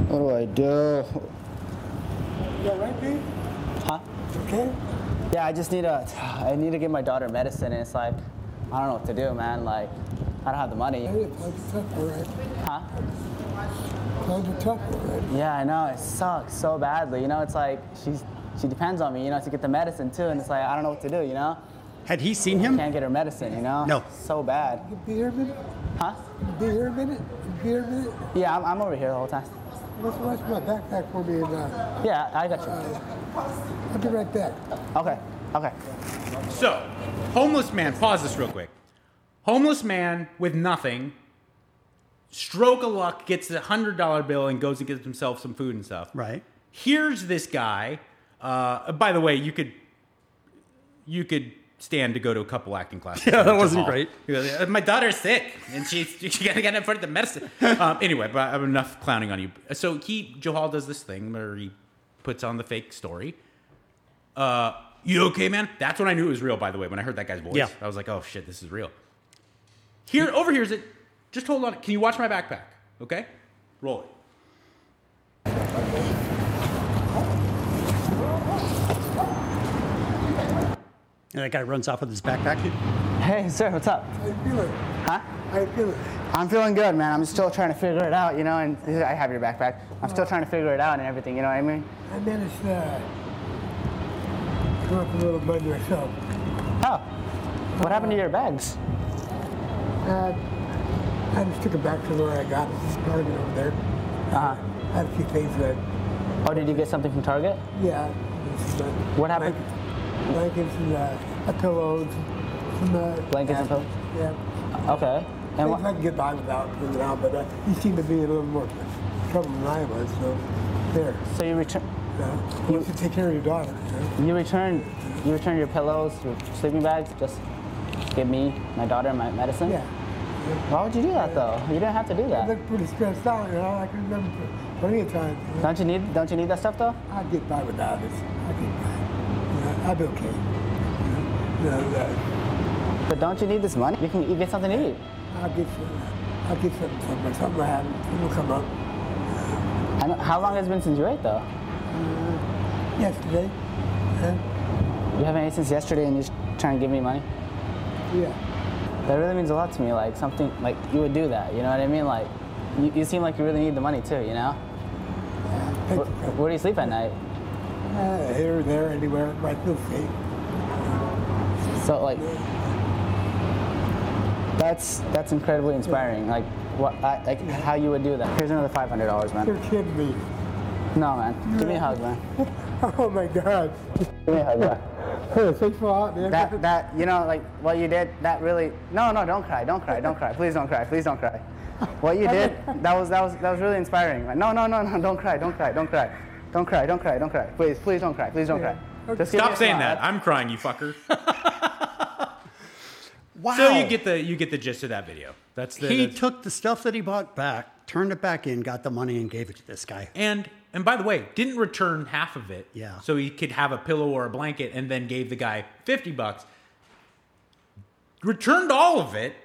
Speaker 15: What do I do?
Speaker 16: You all right, Pete?
Speaker 15: Huh? Okay. Yeah, I just need a. *sighs* I need to give my daughter medicine, and it's like, I don't know what to do, man. Like, I don't have the money. Huh? Yeah, I know. It sucks so badly. You know, it's like she's she depends on me. You know, to get the medicine too, and it's like I don't know what to do. You know.
Speaker 3: Had he seen him?
Speaker 15: Can't get her medicine. You know.
Speaker 3: No.
Speaker 15: So bad.
Speaker 16: You be here a minute?
Speaker 15: Huh?
Speaker 16: Be here a minute? Be here a minute?
Speaker 15: Yeah, I'm, I'm over here the whole time.
Speaker 16: Let's watch my backpack for me and uh,
Speaker 15: Yeah, I got you.
Speaker 16: I'll be right back.
Speaker 15: Okay. Okay.
Speaker 4: So, homeless man, pause this real quick. Homeless man with nothing, stroke of luck, gets a hundred dollar bill and goes and gets himself some food and stuff.
Speaker 3: Right.
Speaker 4: Here's this guy. Uh, by the way, you could you could stand to go to a couple acting classes.
Speaker 3: Yeah, that
Speaker 4: Jamal.
Speaker 3: wasn't great.
Speaker 4: He goes, "Uh, My daughter's sick, and she's *laughs* she gotta get in front of the medicine. *laughs* Um, anyway, but I'm enough clowning on you. So he Johal does this thing where he puts on the fake story. Uh, you okay, man? That's when I knew it was real. By the way, when I heard that guy's voice,
Speaker 3: Yeah.
Speaker 4: I was like, oh shit, this is real. Here, over here is it. Just hold on. Can you watch my backpack? Okay, roll it.
Speaker 3: And that guy runs off with his backpack.
Speaker 15: Hey, sir, what's up?
Speaker 16: I feel it.
Speaker 15: Huh?
Speaker 16: I feel it.
Speaker 15: I'm feeling good, man. I'm still trying to figure it out, you know. And I have your backpack. I'm still trying to figure it out and everything, you know what I mean?
Speaker 16: I managed to come up a little by myself.
Speaker 15: Oh, what happened to your bags?
Speaker 16: Uh, I just took it back to where I got it, started it over there. I
Speaker 15: Uh-huh.
Speaker 16: had a few things that,
Speaker 15: Oh, did you get something from Target?
Speaker 16: yeah. it's, uh,
Speaker 15: What happened?
Speaker 16: Blankets and uh, a pillows. Some, uh,
Speaker 15: Blankets and pillows?
Speaker 16: Yeah.
Speaker 15: Okay.
Speaker 16: Things I can get by without figuring out, but uh, he seemed to be in a little more trouble than I was, so there.
Speaker 15: So you return.
Speaker 16: Yeah. You should take care of your daughter.
Speaker 15: You returned. You returned your pillows, your sleeping bags. Just give me my daughter my medicine.
Speaker 16: Yeah.
Speaker 15: Why would you do that though? You didn't have to do
Speaker 16: I
Speaker 15: that.
Speaker 16: looked pretty stressed out, you know. I can remember pl- plenty of times. you know.
Speaker 15: Don't you need? Don't you need that stuff though?
Speaker 16: I get by without it. I get by. You know, I'll be okay. You know, you know, uh,
Speaker 15: But don't you need this money? You can you get something to eat.
Speaker 16: I'll get some. I'll get something somewhere. Something will happen. It'll come up.
Speaker 15: I know, how long has it been since you ate though?
Speaker 16: Yesterday. uh,
Speaker 15: You haven't ate since yesterday, and you're trying to give me money.
Speaker 16: yeah.
Speaker 15: That really means a lot to me. Like something like you would do that. You know what I mean? Like you, you seem like you really need the money too. You know. Where, where do you sleep at night?
Speaker 16: Uh, here, there, anywhere. Right through feet.
Speaker 15: So like, that's that's incredibly inspiring. Like what, I, like how you would do that. Here's another five hundred dollars,
Speaker 16: You're
Speaker 15: man.
Speaker 16: kidding me.
Speaker 15: No, man. Give me a hug, man.
Speaker 16: *laughs* Oh my God.
Speaker 15: Give me a hug, man.
Speaker 16: Thanks a lot, man.
Speaker 15: That that you know like what you did. That really no no don't cry don't cry don't cry please don't cry please don't cry. What you did that was that was that was really inspiring. man. No no no no don't cry don't cry don't cry don't cry don't cry don't cry please please don't cry please don't cry. Just give me
Speaker 4: Stop
Speaker 15: a
Speaker 4: saying
Speaker 15: smile.
Speaker 4: that. I'm crying, you
Speaker 15: *laughs*
Speaker 4: fucker.
Speaker 3: Wow.
Speaker 4: So you get the you get the gist of that video. That's the
Speaker 3: he
Speaker 4: that's-
Speaker 3: took the stuff that he bought back, turned it back in, got the money, and gave it to this guy.
Speaker 4: and and by the way, didn't return half of it. Yeah. So he could have a pillow or a blanket, and then gave the guy fifty bucks. Returned all of it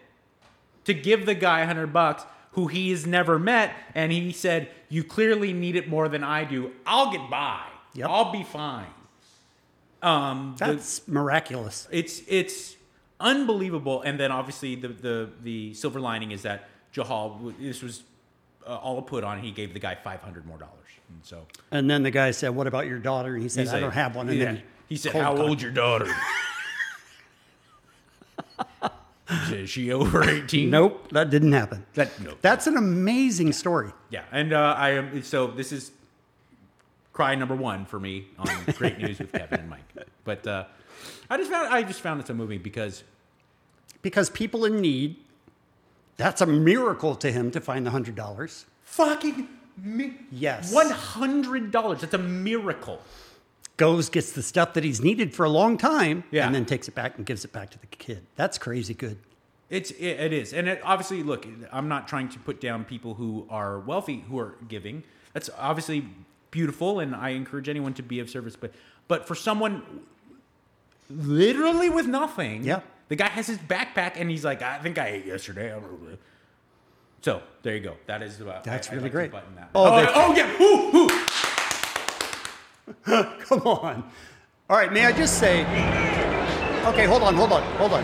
Speaker 4: to give the guy hundred bucks, who he has never met, and he said, "You clearly need it more than I do. I'll get by. I'll be fine." Um,
Speaker 3: That's miraculous.
Speaker 4: It's it's unbelievable. And then obviously the the the silver lining is that Jahal w- this was uh, all put on. He gave the guy five hundred more dollars, and so
Speaker 3: And then the guy said, "What about your daughter?" And he said,
Speaker 4: He's
Speaker 3: "I
Speaker 4: like-
Speaker 3: don't have one." And
Speaker 4: yeah.
Speaker 3: then
Speaker 4: he said,
Speaker 3: cold
Speaker 4: "How
Speaker 3: cut.
Speaker 4: old your daughter?"
Speaker 3: *laughs*
Speaker 4: He said, Is she over eighteen?
Speaker 3: Nope, that didn't happen.
Speaker 4: That nope.
Speaker 3: That's an amazing story.
Speaker 4: Yeah, and uh, I am. So this is cry number one for me on Great News with Kevin and Mike. But uh, I just found I just found it's a movie because
Speaker 3: Because people in need, that's a miracle to him to find the hundred dollars.
Speaker 4: fucking mi-
Speaker 3: Yes.
Speaker 4: one hundred dollars. That's a miracle.
Speaker 3: Goes, gets the stuff that he's needed for a long time, and then takes it back and gives it back to the kid. That's crazy good.
Speaker 4: It's it, it is, and it, obviously, look, I'm not trying to put down people who are wealthy who are giving. That's obviously beautiful, and I encourage anyone to be of service. But but for someone literally with nothing, yeah, the guy has his backpack, and he's like, I think I ate yesterday. So there you go. That is uh,
Speaker 3: That's
Speaker 4: I- I'd
Speaker 3: really
Speaker 4: like to
Speaker 3: great.
Speaker 4: button that.
Speaker 3: Oh,
Speaker 4: Oh,
Speaker 3: they-
Speaker 4: oh, yeah. Ooh, ooh.
Speaker 3: *laughs* Come on. All right, may I just say? Okay, hold on, hold on, hold on.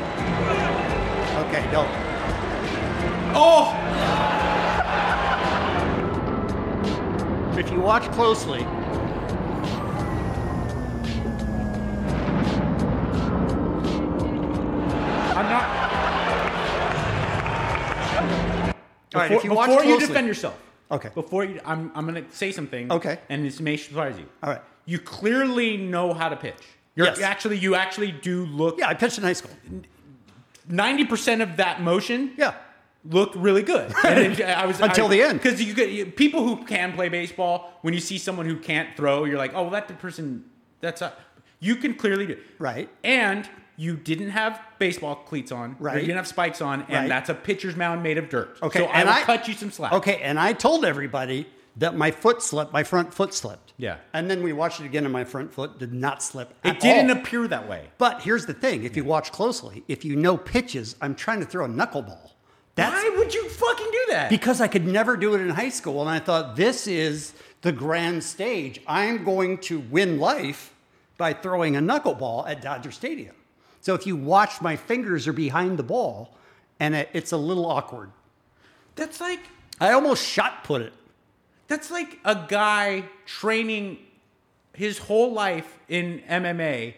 Speaker 3: Okay, no.
Speaker 4: Oh!
Speaker 3: If you watch closely,
Speaker 4: I'm not.
Speaker 3: All right,
Speaker 4: Before,
Speaker 3: if you watch
Speaker 4: before you
Speaker 3: closely-
Speaker 4: defend yourself.
Speaker 3: Okay.
Speaker 4: Before you, I'm, I'm going to say something.
Speaker 3: Okay.
Speaker 4: And this may surprise you.
Speaker 3: All right.
Speaker 4: You clearly know how to pitch. You're
Speaker 3: Yes.
Speaker 4: actually, you actually do look.
Speaker 3: Yeah, I pitched in high school.
Speaker 4: Ninety percent of that motion.
Speaker 3: Yeah.
Speaker 4: Looked really
Speaker 3: *laughs*
Speaker 4: good. And it- I was
Speaker 3: Until the end.
Speaker 4: because you get you, people who can play baseball. When you see someone who can't throw, you're like, oh, well, that person. That's a, you can clearly do.
Speaker 3: Right.
Speaker 4: And you didn't have baseball cleats on.
Speaker 3: Right.
Speaker 4: You didn't have spikes on, and
Speaker 3: Right.
Speaker 4: that's a pitcher's mound made of dirt.
Speaker 3: Okay,
Speaker 4: So I
Speaker 3: and
Speaker 4: will
Speaker 3: I-
Speaker 4: cut you some slack.
Speaker 3: Okay, and I told everybody that my foot slipped, my front foot slipped.
Speaker 4: Yeah.
Speaker 3: And then we watched it again, and my front foot did not slip.
Speaker 4: It
Speaker 3: at
Speaker 4: didn't
Speaker 3: all.
Speaker 4: appear that way.
Speaker 3: But here's the thing: if you watch closely, if you know pitches, I'm trying to throw a knuckleball. That's
Speaker 4: Why would you fucking do that?
Speaker 3: because I could never do it in high school, and I thought this is the grand stage. I'm going to win life by throwing a knuckleball at Dodger Stadium. So if you watch, my fingers are behind the ball, and it, it's a little awkward.
Speaker 5: That's like
Speaker 3: I almost shot put it.
Speaker 5: That's like a guy training his whole life in MMA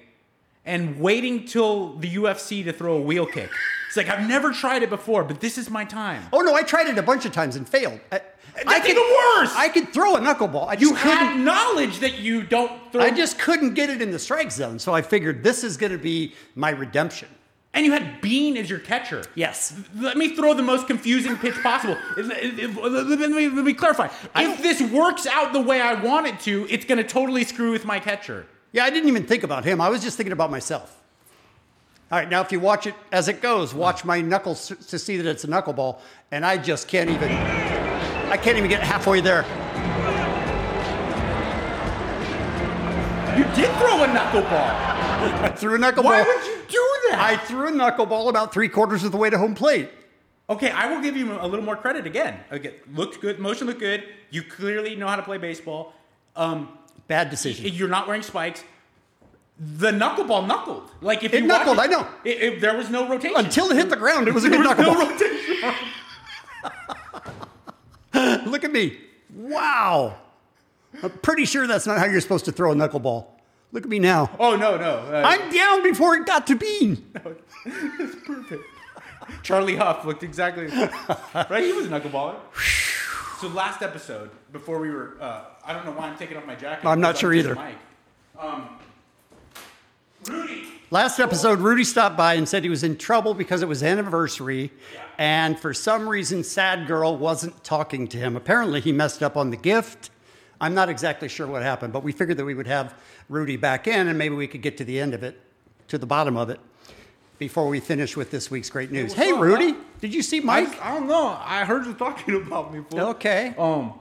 Speaker 5: and waiting till the UFC to throw a wheel kick. It's like I've never tried it before, but this is my time.
Speaker 3: Oh no, I tried it a bunch of times and failed. I,
Speaker 5: That's even worse!
Speaker 3: I could throw a knuckleball. I just
Speaker 5: You
Speaker 3: couldn't-
Speaker 5: had knowledge that you don't throw.
Speaker 3: I just couldn't get it in the strike zone, so I figured this is going to be my redemption.
Speaker 5: And you had Bean as your catcher.
Speaker 3: Yes.
Speaker 5: Let me throw the most confusing pitch possible. If- if- if- let, me, let me clarify. If this works out the way I want it to, it's going to totally screw with my catcher.
Speaker 3: Yeah, I didn't even think about him. I was just thinking about myself. All right, now if you watch it as it goes, watch my knuckles to see that it's a knuckleball, and I just can't even. I can't even get halfway there.
Speaker 5: You did throw a knuckleball.
Speaker 3: *laughs* I threw a knuckleball.
Speaker 5: Why would you do that?
Speaker 3: I threw a knuckleball about three quarters of the way to
Speaker 5: *gasps*
Speaker 3: home plate.
Speaker 5: Okay, I will give you a little more credit again. Again, looked good, motion looked good. You clearly know how to play baseball. Um,
Speaker 3: Bad decision.
Speaker 5: You're not wearing spikes. The knuckleball knuckled. Like if
Speaker 3: It
Speaker 5: you watch
Speaker 3: knuckled, I know.
Speaker 5: It, it- there was no rotation
Speaker 3: Until it hit the ground, it was a good
Speaker 5: There was
Speaker 3: knuckleball.
Speaker 5: No rotation.
Speaker 3: Look at me. Wow. I'm pretty sure that's not how you're supposed to throw a knuckleball. Look at me now.
Speaker 5: Oh no no. Uh,
Speaker 3: *laughs* I'm down before it got to Bean.
Speaker 5: It's perfect. Charlie Huff looked exactly
Speaker 3: *laughs*
Speaker 5: right. He was a knuckleballer. So last episode, before we were, uh, I don't know why I'm taking off my jacket.
Speaker 3: I'm not
Speaker 5: because
Speaker 3: sure
Speaker 5: this
Speaker 3: either.
Speaker 5: mic. Um, Rudy,
Speaker 3: Last episode, Rudy stopped by and said he was in trouble because it was anniversary, and for some reason, Sad Girl wasn't talking to him. Apparently, he messed up on the gift. I'm not exactly sure what happened, but we figured that we would have Rudy back in, and maybe we could get to the end of it, to the bottom of it, before we finish with this week's great news. Hey, Rudy, did you see
Speaker 5: I,
Speaker 3: Mike?
Speaker 5: I don't know. I heard you talking *laughs* about me. Fool.
Speaker 3: Okay.
Speaker 5: Um,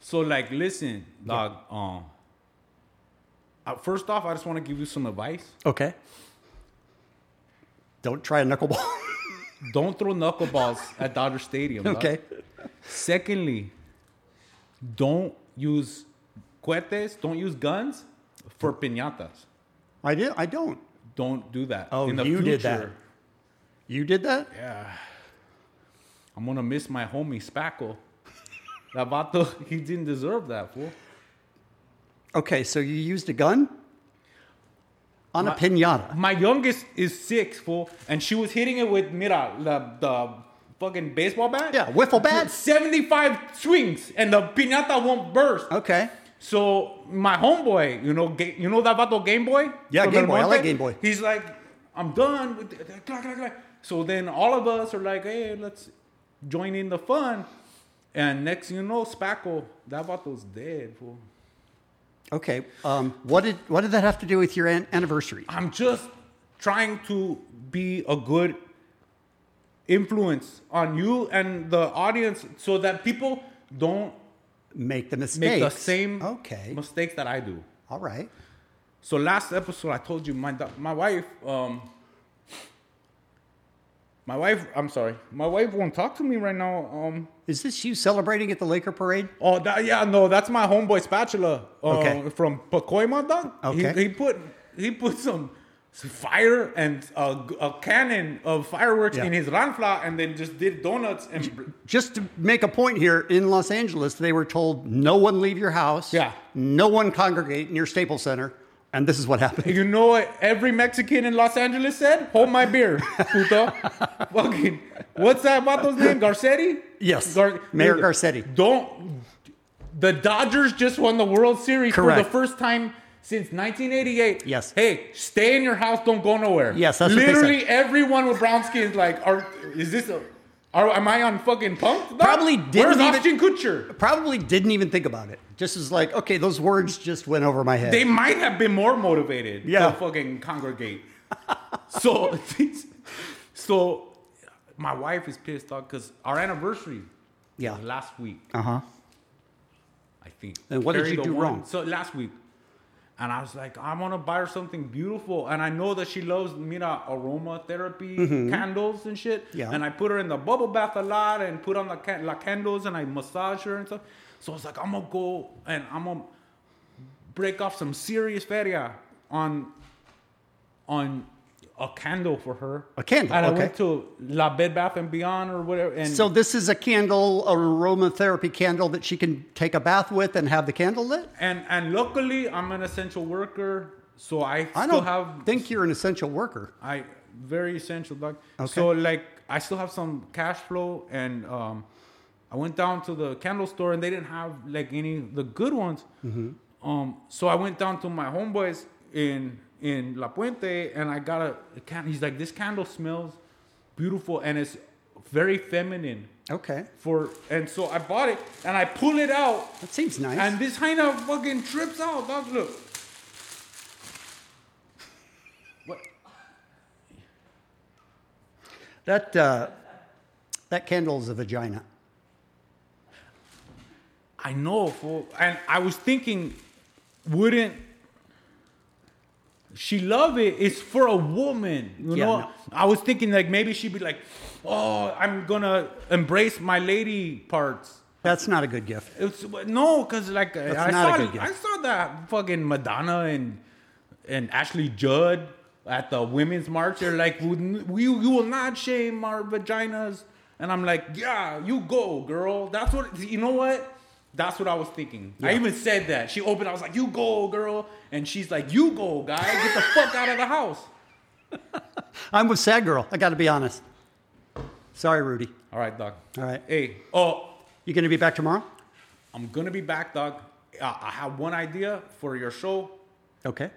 Speaker 5: so like, listen, dog. Um, uh, first off, I just want to give you some advice.
Speaker 3: Okay. Don't try a knuckleball.
Speaker 5: Don't throw knuckleballs at Dodger Stadium. dog.
Speaker 3: Okay.
Speaker 5: Secondly, don't use cohetes, don't use guns for piñatas.
Speaker 3: I did. I don't.
Speaker 5: Don't do that.
Speaker 3: Oh,
Speaker 5: In the
Speaker 3: you did that.
Speaker 5: future,
Speaker 3: You did that?
Speaker 5: Yeah. I'm gonna miss my homie Spackle. That vato, *laughs* he didn't deserve that, fool.
Speaker 3: Okay, so you used a gun on a pinata.
Speaker 5: My youngest is six, fool, and she was hitting it with mira the, the fucking baseball bat.
Speaker 3: Yeah, wiffle bat.
Speaker 5: Seventy-five swings, and the piñata won't burst.
Speaker 3: Okay.
Speaker 5: So my homeboy, you know, ga- you know that vato Game Boy.
Speaker 3: Yeah,
Speaker 5: From
Speaker 3: Game Boy. I
Speaker 5: Belmonte?
Speaker 3: like Game Boy.
Speaker 5: He's like, I'm done with. The, clack, clack, clack." So then all of us are like, hey, let's join in the fun. And next, thing you know, Spackle, that vato's dead, fool.
Speaker 3: Okay. Um, what did what did that have to do with your an- anniversary?
Speaker 5: I'm just trying to be a good influence on you and the audience so that people don't
Speaker 3: Make the
Speaker 5: make
Speaker 3: mistake.
Speaker 5: the same
Speaker 3: Okay.
Speaker 5: mistakes that I do.
Speaker 3: All right.
Speaker 5: So last episode, I told you my do- my wife, um, my wife. I'm sorry, my wife won't talk to me right now. Um,
Speaker 3: Is this you celebrating at the Laker parade?
Speaker 5: oh that, yeah, no, that's my homeboy spatula. Uh,
Speaker 3: Okay.
Speaker 5: from Pacoima, dog.
Speaker 3: Okay.
Speaker 5: He, he put he put some, some fire and a, g- a cannon of fireworks
Speaker 3: Yeah.
Speaker 5: in his ranfla, and then just did donuts and. br-
Speaker 3: Just to make a point here, in Los Angeles, they were told no one leave your house.
Speaker 5: Yeah.
Speaker 3: No one congregate near Staples Center, and this is what happened.
Speaker 5: You know what every Mexican in Los Angeles said? Hold my beer,
Speaker 3: *laughs*
Speaker 5: puto. Fucking, what's that vato's name? Garcetti?
Speaker 3: Yes,
Speaker 5: Gar-
Speaker 3: Mayor Garcetti.
Speaker 5: Don't. The Dodgers just won the World Series for
Speaker 3: Correct.
Speaker 5: the first time since 1988.
Speaker 3: Yes.
Speaker 5: Hey, stay in your house. Don't go nowhere.
Speaker 3: Yes, that's what they said.
Speaker 5: literally everyone with brown skin is like, are is this? A, are am I on fucking pump? No.
Speaker 3: Probably didn't
Speaker 5: Where's Austin
Speaker 3: even-
Speaker 5: Kutcher?
Speaker 3: Probably didn't even think about it. Just was like, okay, those words just went over my head.
Speaker 5: They might have been more motivated
Speaker 3: Yeah.
Speaker 5: to fucking congregate. *laughs* so, *laughs* so my wife is pissed off because our anniversary
Speaker 3: Yeah.
Speaker 5: was last week.
Speaker 3: uh huh.
Speaker 5: I think.
Speaker 3: And what did
Speaker 5: Carry
Speaker 3: you
Speaker 5: the
Speaker 3: do
Speaker 5: one-
Speaker 3: wrong?
Speaker 5: So last week, and I was like, I want to buy her something beautiful, and I know that she loves mira aroma therapy
Speaker 3: Mhm.
Speaker 5: candles and shit.
Speaker 3: Yeah.
Speaker 5: And I put her in the bubble bath a lot, and put on the can- la candles, and I massage her and stuff. So I was like, I'm gonna go and I'm gonna break off some serious feria on on a candle for her.
Speaker 3: A candle,
Speaker 5: And I
Speaker 3: okay.
Speaker 5: went to La Bed Bath and Beyond or whatever. And
Speaker 3: so this is a candle, an aromatherapy candle that she can take a bath with and have the candle lit.
Speaker 5: and and luckily I'm an essential worker, so I
Speaker 3: I
Speaker 5: still
Speaker 3: don't
Speaker 5: have
Speaker 3: think you're an essential worker.
Speaker 5: I very essential dog.
Speaker 3: Okay.
Speaker 5: So like I still have some cash flow and um I went down to the candle store and they didn't have like any the good ones.
Speaker 4: Mm-hmm.
Speaker 11: Mhm.
Speaker 5: Um so I went down to my homeboys in in La Puente and I got a, a can he's like this candle smells beautiful and it's very feminine.
Speaker 3: Okay.
Speaker 5: For and so I bought it and I pull it out.
Speaker 3: That seems nice.
Speaker 5: And this hyena fucking trips out, dog. Look.
Speaker 3: That uh, that candle is a vagina.
Speaker 5: I know, fool. And I was thinking, wouldn't she love it? It's for a woman, you
Speaker 3: Yeah,
Speaker 5: know.
Speaker 3: no.
Speaker 5: I was thinking like maybe she'd be like, "Oh, I'm gonna embrace my lady parts."
Speaker 3: That's not a good gift.
Speaker 5: It's no, cause like
Speaker 3: That's
Speaker 5: I
Speaker 3: not a
Speaker 5: saw,
Speaker 3: good gift.
Speaker 5: I saw that fucking Madonna and and Ashley Judd at the women's march. They're like, "We you, you will not shame our vaginas," and I'm like, "Yeah, you go, girl." That's what you know. What that's what I was thinking. I
Speaker 3: Yeah.
Speaker 5: even said that. She opened. I was like, "You go, girl," and she's like, "You go, guy. Get the fuck out of the house."
Speaker 3: I'm with Sad Girl. I got to be honest. Sorry, Rudy.
Speaker 5: All right, dog.
Speaker 3: All right.
Speaker 5: Hey. Oh,
Speaker 3: you gonna be back tomorrow?
Speaker 5: I'm gonna be back, dog. Uh, I, I have one idea for your show.
Speaker 3: Okay.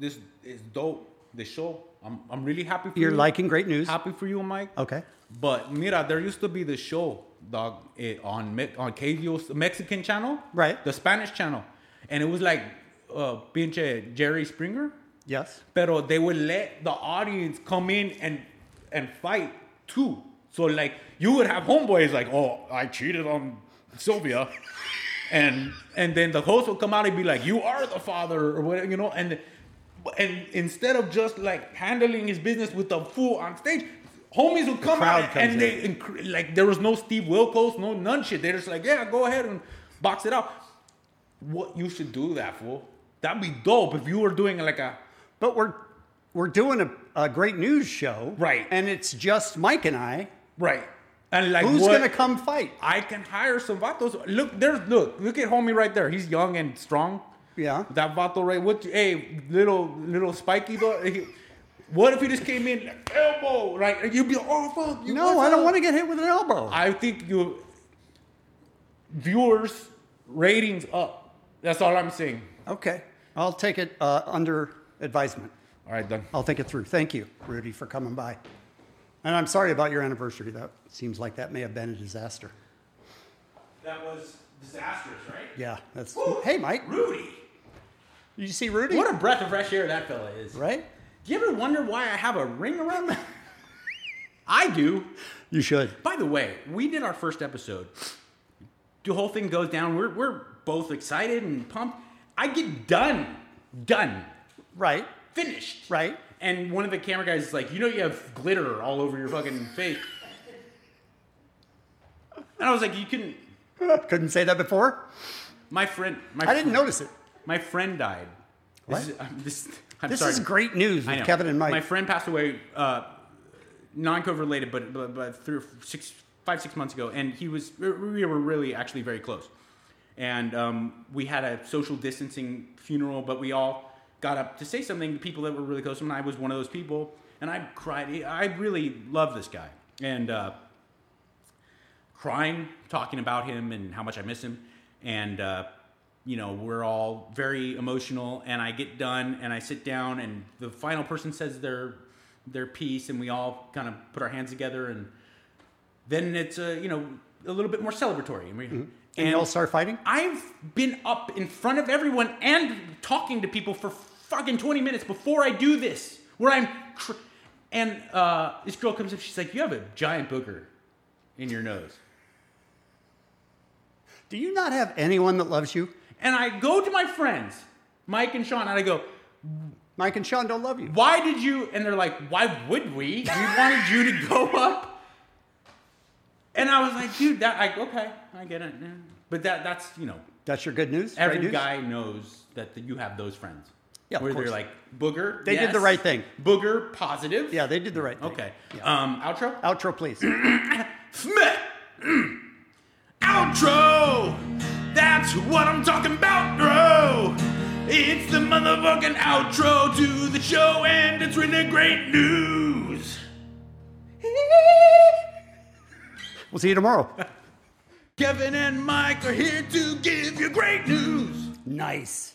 Speaker 5: this is dope. The show. I'm, I'm really happy for
Speaker 3: You're
Speaker 5: you.
Speaker 3: liking great news.
Speaker 5: Happy for you, Mike.
Speaker 3: Okay.
Speaker 5: But mira, there used to be the show, dog, it, on Me- on KVO's Mexican channel,
Speaker 3: right?
Speaker 5: The Spanish channel, and it was like uh, pinche Jerry Springer.
Speaker 3: Yes.
Speaker 5: Pero they would let the audience come in and and fight too. So like you would have homeboys like, oh, I cheated on Sylvia, and and then the host would come out and be like, you are the father or whatever, you know, and and instead of just like handling his business with a fool on stage, homies would come
Speaker 3: crowd
Speaker 5: out
Speaker 3: comes
Speaker 5: and they incre- like there was no Steve Wilkos, no none shit. They're just like, yeah, go ahead and box it out. What you should do that fool? That'd be dope if Oh, you were doing like a.
Speaker 3: But we're we're doing a, a great news show, right? And it's just Mike and I,
Speaker 5: right? And like,
Speaker 3: who's
Speaker 5: what-
Speaker 3: gonna come fight?
Speaker 5: I can hire some vatos. Look, there's look, look at homie right there. He's young and strong.
Speaker 3: Yeah.
Speaker 5: That vato right. What? you- Hey, little little spiky though. he- What if he just came in like, elbow right? And you'd be oh fuck. You,
Speaker 3: No,
Speaker 5: what's
Speaker 3: I don't
Speaker 5: up?"
Speaker 3: want to get hit with an elbow.
Speaker 5: I think you viewers ratings up. That's all I'm saying.
Speaker 3: Okay, I'll take it uh, under advisement.
Speaker 5: All right, done.
Speaker 3: I'll think it through. Thank you, Rudy, for coming by. And I'm sorry about your anniversary. That seems like that may have been a disaster.
Speaker 5: That was disastrous, right?
Speaker 3: Yeah, that's. hey, Mike.
Speaker 5: Rudy.
Speaker 3: Did you see Rudy?
Speaker 5: What a breath of fresh air that fella is.
Speaker 3: Right?
Speaker 5: Do you ever wonder why I have a ring around my *laughs* I do.
Speaker 3: You should.
Speaker 5: By the way, we did our first episode. The whole thing goes down. We're, we're both excited and pumped. I get done. Done.
Speaker 3: Right.
Speaker 5: Finished.
Speaker 3: Right.
Speaker 5: And one of the camera guys is like, you know you have glitter all over your fucking face. And I was like, you can
Speaker 3: Couldn't say that before.
Speaker 5: my friend my
Speaker 3: I didn't notice it.
Speaker 5: My friend died.
Speaker 3: What?
Speaker 5: This is, I'm, this, I'm
Speaker 3: This
Speaker 5: sorry.
Speaker 3: is great news
Speaker 5: I
Speaker 3: with
Speaker 5: know.
Speaker 3: Kevin and Mike.
Speaker 5: My friend passed away, uh, non-COVID related, but, but, but three, or six, five, six months ago, and he was. We we were really actually very close, and um, we had a social distancing funeral, but we all got up to say something to people that were really close. to him, And I was one of those people, and I cried. I really love this guy, and. Uh, crying, talking about him and how much I miss him. And, uh, you know, we're all very emotional. And I get done and I sit down, and the final person says their their piece, and we all kind of put our hands together. And then it's, uh, you know, a little bit more celebratory. And, we,
Speaker 3: Mm-hmm. And you all start fighting?
Speaker 5: I've been up in front of everyone and talking to people for fucking 20 minutes before I do this, where I'm. Cr- and uh, this girl comes up, she's like, You have a giant booger in your nose.
Speaker 3: Do you not have anyone that loves you?
Speaker 5: And I go to my friends, Mike and Sean, and I go,
Speaker 3: Mike and Sean don't love you.
Speaker 5: Why did you? And they're like, Why would we? We wanted you to go *laughs* up. And I was like, Dude, that, I, okay, I get it. yeah." But that, that's, you know,
Speaker 3: That's your good news.
Speaker 5: every
Speaker 3: Great news?
Speaker 5: guy knows that you have those friends.
Speaker 3: Yeah, of
Speaker 4: where
Speaker 3: course.
Speaker 4: they're like booger.
Speaker 3: They did the
Speaker 4: yes.
Speaker 3: right thing.
Speaker 4: Booger positive.
Speaker 3: Yeah, they did the right thing.
Speaker 4: Okay. Um, outro.
Speaker 3: Outro, please. *clears throat*
Speaker 2: Mm. Outro! That's what I'm talking about, bro! It's the motherfucking outro to the show, and it's really great news!
Speaker 3: We'll see you tomorrow.
Speaker 2: Kevin and Mike are here to give you great news!
Speaker 3: Nice.